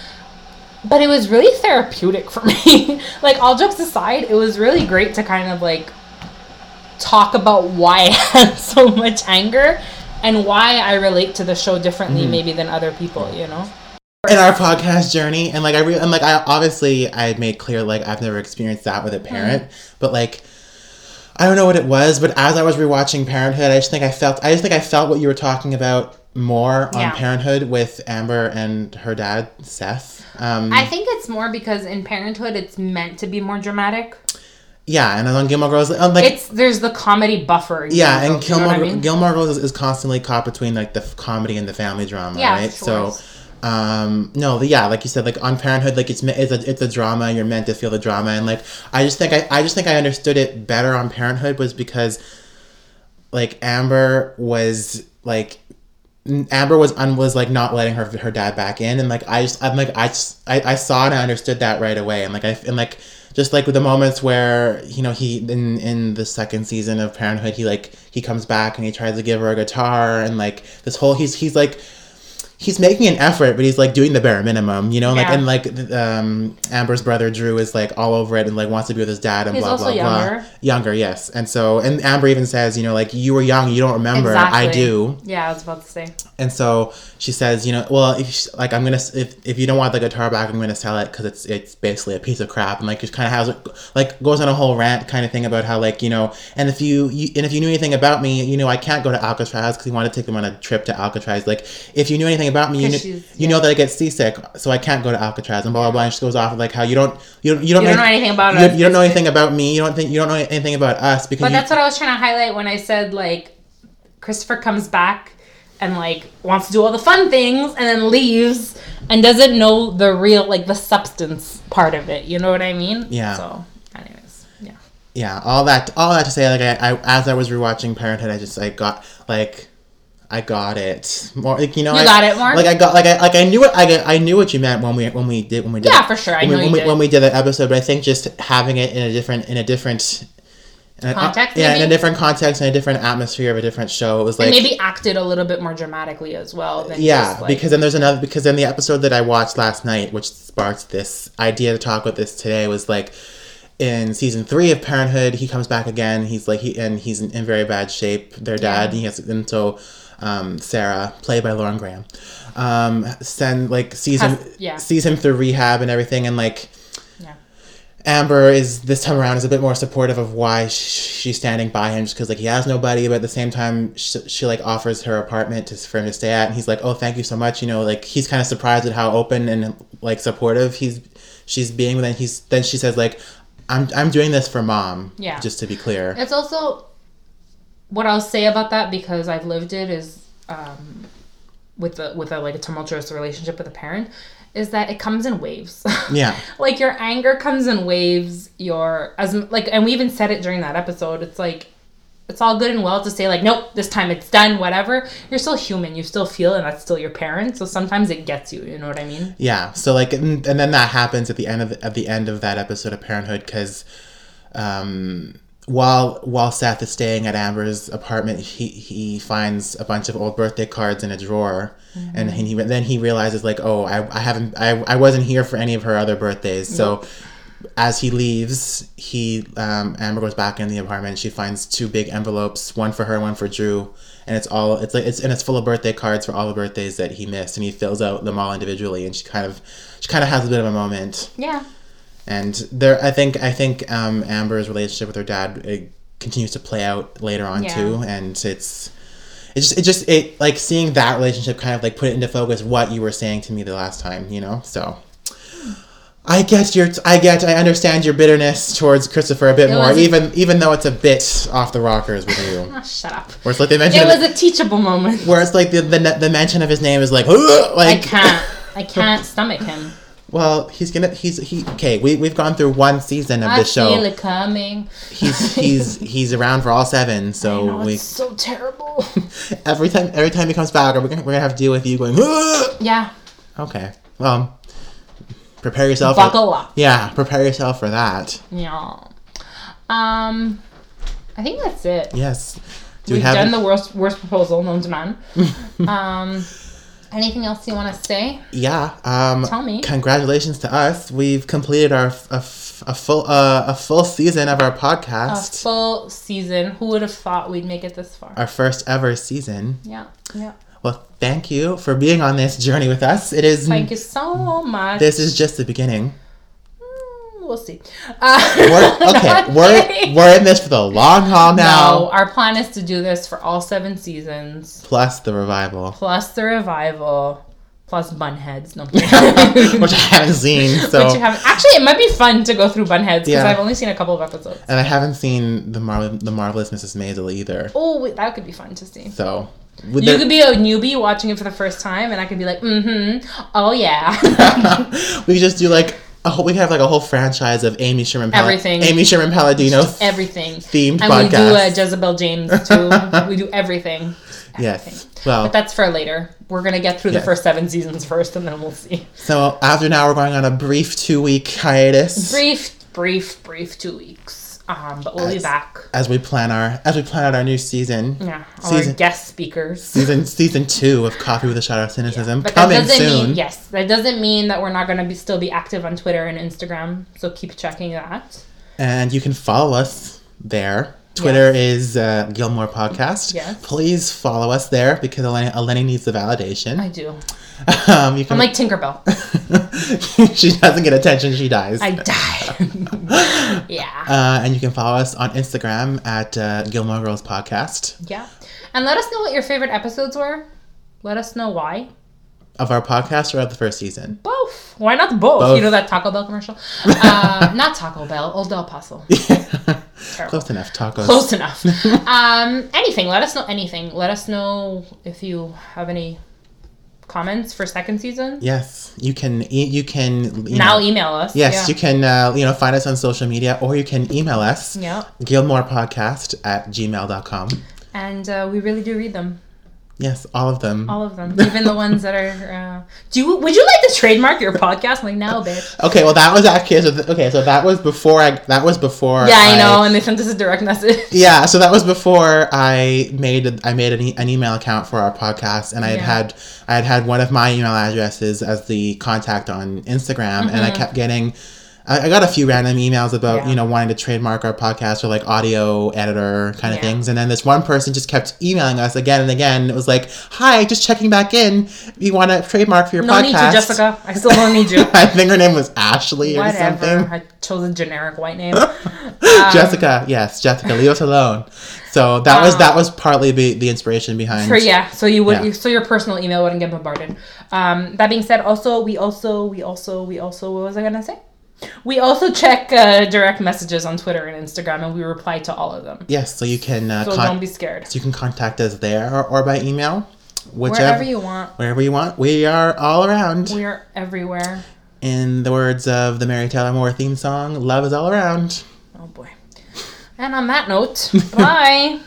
Speaker 2: But it was really therapeutic for me. like all jokes aside, it was really great to kind of like talk about why I have so much anger and why I relate to the show differently
Speaker 1: Mm-hmm.
Speaker 2: maybe than other people, you know?
Speaker 1: In our podcast journey, and like I, re- and like I obviously I had made clear like I've never experienced that with a parent,
Speaker 2: Mm-hmm.
Speaker 1: but like. I don't know what it was, but as I was rewatching Parenthood, I just think I felt I just think I felt what you were talking about more on
Speaker 2: Yeah.
Speaker 1: Parenthood with Amber and her dad Seth. Um,
Speaker 2: I think it's more because in parenthood it's meant to be more dramatic.
Speaker 1: yeah, and on Gilmore Girls, um, like
Speaker 2: It's there's the comedy buffer. you
Speaker 1: yeah,
Speaker 2: know,
Speaker 1: and
Speaker 2: you know
Speaker 1: Gilmore
Speaker 2: what I mean?
Speaker 1: Gilmore Girls is, is constantly caught between like the f- comedy and the family drama,
Speaker 2: Yeah,
Speaker 1: right?
Speaker 2: of course.
Speaker 1: So, um, no, the- yeah, like you said, like on Parenthood, like it's me- it's a it's a drama. You're meant to feel the drama, and like I just think I I just think I understood it better on Parenthood was because, like Amber was like. n- Amber was un- was like not letting her her dad back in, and like I just I'm like I just I, I saw and I understood that right away, and like I and like just like with the moments where you know he in in the second season of Parenthood he like he comes back and he tries to give her a guitar and like this whole he's he's like he's making an effort, but he's like doing the bare minimum, you know, like
Speaker 2: Yeah.
Speaker 1: and like th- um Amber's brother Drew is like all over it and like wants to be with his dad and
Speaker 2: He's
Speaker 1: blah
Speaker 2: also
Speaker 1: blah
Speaker 2: younger.
Speaker 1: blah younger yes, and so and Amber even says you know like you were young you don't remember I do
Speaker 2: Yeah, I was about to say.
Speaker 1: and so she says, you know, well, if sh like I'm gonna s- if, if you don't want the guitar back, I'm gonna sell it because it's it's basically a piece of crap. And like just kind of has like goes on a whole rant kind of thing about how like you know, and if you, you and if you knew anything about me, you know, I can't go to Alcatraz because he wanted to take them on a trip to Alcatraz. Like if you knew anything about me, you,
Speaker 2: 'Cause
Speaker 1: kn-
Speaker 2: she's-
Speaker 1: you know that I get seasick, so I can't go to Alcatraz. And blah blah blah. And she goes off like how you don't you don't you don't,
Speaker 2: You don't know anything about
Speaker 1: you,
Speaker 2: us.
Speaker 1: you don't know anything about me. You don't think you don't know anything about us because
Speaker 2: But
Speaker 1: you,
Speaker 2: that's what I was trying to highlight when I said like Christopher comes back and like wants to do all the fun things and then leaves and doesn't know the real like the substance part of it. You know what I mean?
Speaker 1: Yeah.
Speaker 2: So, anyways, yeah.
Speaker 1: yeah, all that, all that to say, like I, I, as I was rewatching Parenthood, I just, I got, like, I got it more, like you know,
Speaker 2: You
Speaker 1: I,
Speaker 2: got it more?
Speaker 1: Like I got, like I, like I knew what, I, I knew what you meant when we, when we did, when we did,
Speaker 2: Yeah, for sure, I
Speaker 1: when,
Speaker 2: know
Speaker 1: we,
Speaker 2: you
Speaker 1: when,
Speaker 2: did.
Speaker 1: We, when we did that episode. But I think just having it in a different, in a different in a-
Speaker 2: Context,
Speaker 1: yeah, in a
Speaker 2: maybe?
Speaker 1: different context, in a different atmosphere of a different show, it was like,
Speaker 2: and maybe acted a little bit more dramatically as well than
Speaker 1: yeah,
Speaker 2: just, like-
Speaker 1: because then there's another because then the episode that I watched last night, which sparked this idea to talk about this today, was like in season three of Parenthood, he comes back again. He's like he and he's in, in very bad shape. Their dad, he has and so um, Sarah, played by Lauren Graham, um, send like sees him
Speaker 2: Has- yeah.
Speaker 1: sees him through rehab and everything, and like.
Speaker 2: yeah.
Speaker 1: Amber is this time around is a bit more supportive of why sh- she's standing by him just because like he has nobody, but at the same time sh- she like offers her apartment to, for him to stay at, and he's like, "Oh, thank you so much." You know, like he's kind of surprised at how open and like supportive he's she's being. But then he's then she says like, "I'm I'm doing this for mom."
Speaker 2: Yeah.
Speaker 1: just to be clear.
Speaker 2: It's also what I'll say about that because I've lived it is um, with the with a like a tumultuous relationship with a parent is that it comes in waves.
Speaker 1: Yeah.
Speaker 2: like your anger comes in waves. Your as like and we even said it during that episode. It's like it's all good and well to say like nope this time it's done whatever you're still human you still feel and that's still your parent so sometimes it gets you you know what i mean
Speaker 1: Yeah. So like, and, and then that happens at the end of at the end of that episode of Parenthood because, um, while while Seth is staying at Amber's apartment, he he finds a bunch of old birthday cards in a drawer, and he, then he realizes like, oh, I, I haven't I, I wasn't here for any of her other birthdays. So as he leaves, he um, Amber goes back in the apartment. She finds two big envelopes, one for her, one for Drew, and it's all it's like it's and it's full of birthday cards for all the birthdays that he missed, and he fills out them all individually. And she kind of she kind of has a bit of a moment
Speaker 2: Yeah.
Speaker 1: and there i think i think um, amber's relationship with her dad it continues to play out later on
Speaker 2: Yeah.
Speaker 1: too and it's it just it just it like seeing that relationship kind of like put it into focus what you were saying to me the last time you know so I get your, I get, I understand your bitterness towards Christopher a bit
Speaker 2: It
Speaker 1: more,
Speaker 2: was a-
Speaker 1: even even though it's a bit off the rockers with you.
Speaker 2: Oh, shut up.
Speaker 1: Where it's like they mention,
Speaker 2: It was a teachable moment.
Speaker 1: where it's like the, the the mention of his name is like, "Ugh,"
Speaker 2: I
Speaker 1: like
Speaker 2: can't. I can't stomach him.
Speaker 1: well, he's gonna, he's he. Okay, we we've gone through one season of
Speaker 2: I
Speaker 1: the show.
Speaker 2: feel it coming.
Speaker 1: he's he's he's around for all seven.
Speaker 2: I
Speaker 1: So
Speaker 2: know,
Speaker 1: we
Speaker 2: it's so terrible.
Speaker 1: every time every time he comes back, we're gonna, we're gonna have to deal with you going. "Ugh!"
Speaker 2: yeah.
Speaker 1: Okay, well, prepare yourself. for-
Speaker 2: Buckle up.
Speaker 1: yeah, prepare yourself for that.
Speaker 2: Yeah. Um, I think that's it.
Speaker 1: Yes. Do
Speaker 2: We've
Speaker 1: we have?
Speaker 2: done the worst worst proposal known to man. um, anything else you want to say?
Speaker 1: yeah. Um,
Speaker 2: Tell me.
Speaker 1: Congratulations to us. We've completed our f- a, f- a full uh, a full season of our
Speaker 2: A
Speaker 1: podcast.
Speaker 2: full season. Who would have thought we'd make it this far?
Speaker 1: our first ever season.
Speaker 2: Yeah. Yeah.
Speaker 1: Well, thank you for being on this journey with us. It is.
Speaker 2: Thank you so much.
Speaker 1: This is just the beginning.
Speaker 2: Mm, we'll see. Uh,
Speaker 1: We're,
Speaker 2: no,
Speaker 1: okay,
Speaker 2: I'm
Speaker 1: we're
Speaker 2: kidding.
Speaker 1: we're in this for the long haul now.
Speaker 2: No, our plan is to do this for all seven seasons,
Speaker 1: plus the revival,
Speaker 2: plus the revival, plus Bunheads. No,
Speaker 1: which I haven't seen. So,
Speaker 2: Which you haven't. Actually, it might be fun to go through Bunheads because
Speaker 1: Yeah.
Speaker 2: I've only seen a couple of episodes.
Speaker 1: and I haven't seen the Mar- the marvelous Mrs. Maisel either.
Speaker 2: Oh, wait, that could be fun to see.
Speaker 1: So, would
Speaker 2: You
Speaker 1: there-
Speaker 2: could be a newbie watching it for the first time, and I could be like, mm-hmm, oh yeah.
Speaker 1: we could just do like a whole, we could have like a whole franchise of Amy Sherman Pal-
Speaker 2: Everything.
Speaker 1: Amy Sherman Palladino
Speaker 2: everything.
Speaker 1: themed
Speaker 2: and we do a
Speaker 1: podcast.
Speaker 2: Jezebel James too. we do everything.
Speaker 1: yes. Well,
Speaker 2: But that's for later. We're gonna get through
Speaker 1: Yes.
Speaker 2: the first seven seasons first, and then we'll see.
Speaker 1: so after now we're going on a brief two week hiatus
Speaker 2: Brief, brief, brief two weeks. Um, but we'll be
Speaker 1: Yes.
Speaker 2: back.
Speaker 1: as we plan our as we plan out our new season.
Speaker 2: Yeah,
Speaker 1: Season-
Speaker 2: our guest speakers.
Speaker 1: Season season two of Coffee with a Shot of Cynicism
Speaker 2: But that
Speaker 1: coming
Speaker 2: doesn't
Speaker 1: soon.
Speaker 2: mean yes, that doesn't mean that we're not gonna be still be active on Twitter and Instagram. So keep checking that.
Speaker 1: and you can follow us there. Twitter is uh, Gilmore Podcast.
Speaker 2: Yes.
Speaker 1: Please follow us there because Eleni, Eleni needs the
Speaker 2: I
Speaker 1: validation.
Speaker 2: do.
Speaker 1: Um, you can,
Speaker 2: I'm like Tinkerbell.
Speaker 1: she doesn't get attention, she dies.
Speaker 2: I die. yeah.
Speaker 1: uh, and you can follow us on Instagram at uh, Gilmore Girls Podcast
Speaker 2: Yeah. And let us know what your favorite episodes were. Let us know why.
Speaker 1: of our podcast or of the first season.
Speaker 2: Both. Why not both?
Speaker 1: Both.
Speaker 2: You know that Taco Bell commercial? uh, not Taco Bell, Old El Paso. Terrible.
Speaker 1: Close enough, tacos.
Speaker 2: Close enough. um, anything. Let us know anything. Let us know if you have any comments for second season.
Speaker 1: Yes, you can. E- you can you
Speaker 2: Now
Speaker 1: Know,
Speaker 2: email us.
Speaker 1: yes,
Speaker 2: Yeah.
Speaker 1: you can. Uh, you know, find us on social media or you can email us.
Speaker 2: Yeah.
Speaker 1: Gilmore Podcast at gmail.com.
Speaker 2: And uh, we really do read them.
Speaker 1: Yes, all of them.
Speaker 2: All of them. Even the ones that are. Uh, do you, Would you like to trademark your podcast? I'm like, no, bitch.
Speaker 1: Okay, well that was actually so th- okay. So that was before I. That was before.
Speaker 2: Yeah, I know. And they sent us a direct message.
Speaker 1: Yeah, so that was before I made a, I made an, e- an email account for our podcast, and I had
Speaker 2: Yeah.
Speaker 1: had I had had one of my email addresses as the contact on Instagram, and I kept getting. I I got a few random emails about
Speaker 2: Mm-hmm. Yeah.
Speaker 1: you know wanting to trademark our podcast or like audio editor kind of
Speaker 2: Yeah.
Speaker 1: things, and then this one person just kept emailing us again and again. It was like, "Hi, just checking back in. You want to trademark for your
Speaker 2: No
Speaker 1: podcast?"
Speaker 2: need you, Jessica. I still don't need you.
Speaker 1: I think her name was Ashley or something.
Speaker 2: Whatever. I chose a generic white name.
Speaker 1: Jessica, yes, Jessica, leave us alone. So that was that was partly be, the inspiration behind.
Speaker 2: For yeah, so you would
Speaker 1: Yeah.
Speaker 2: so your personal email wouldn't get bombarded. Um, that being said, also we also we also we also what was I gonna say? We also check uh, direct messages on Twitter and Instagram, and we reply to all of them.
Speaker 1: Yes, so you can uh,
Speaker 2: So
Speaker 1: con-
Speaker 2: don't be scared.
Speaker 1: so you can contact us there or, or by email, whichever
Speaker 2: Wherever you want,
Speaker 1: wherever you want. We are all around.
Speaker 2: we are everywhere.
Speaker 1: In the words of the Mary Tyler Moore theme song, "Love is all around."
Speaker 2: Oh boy. And on that note, bye.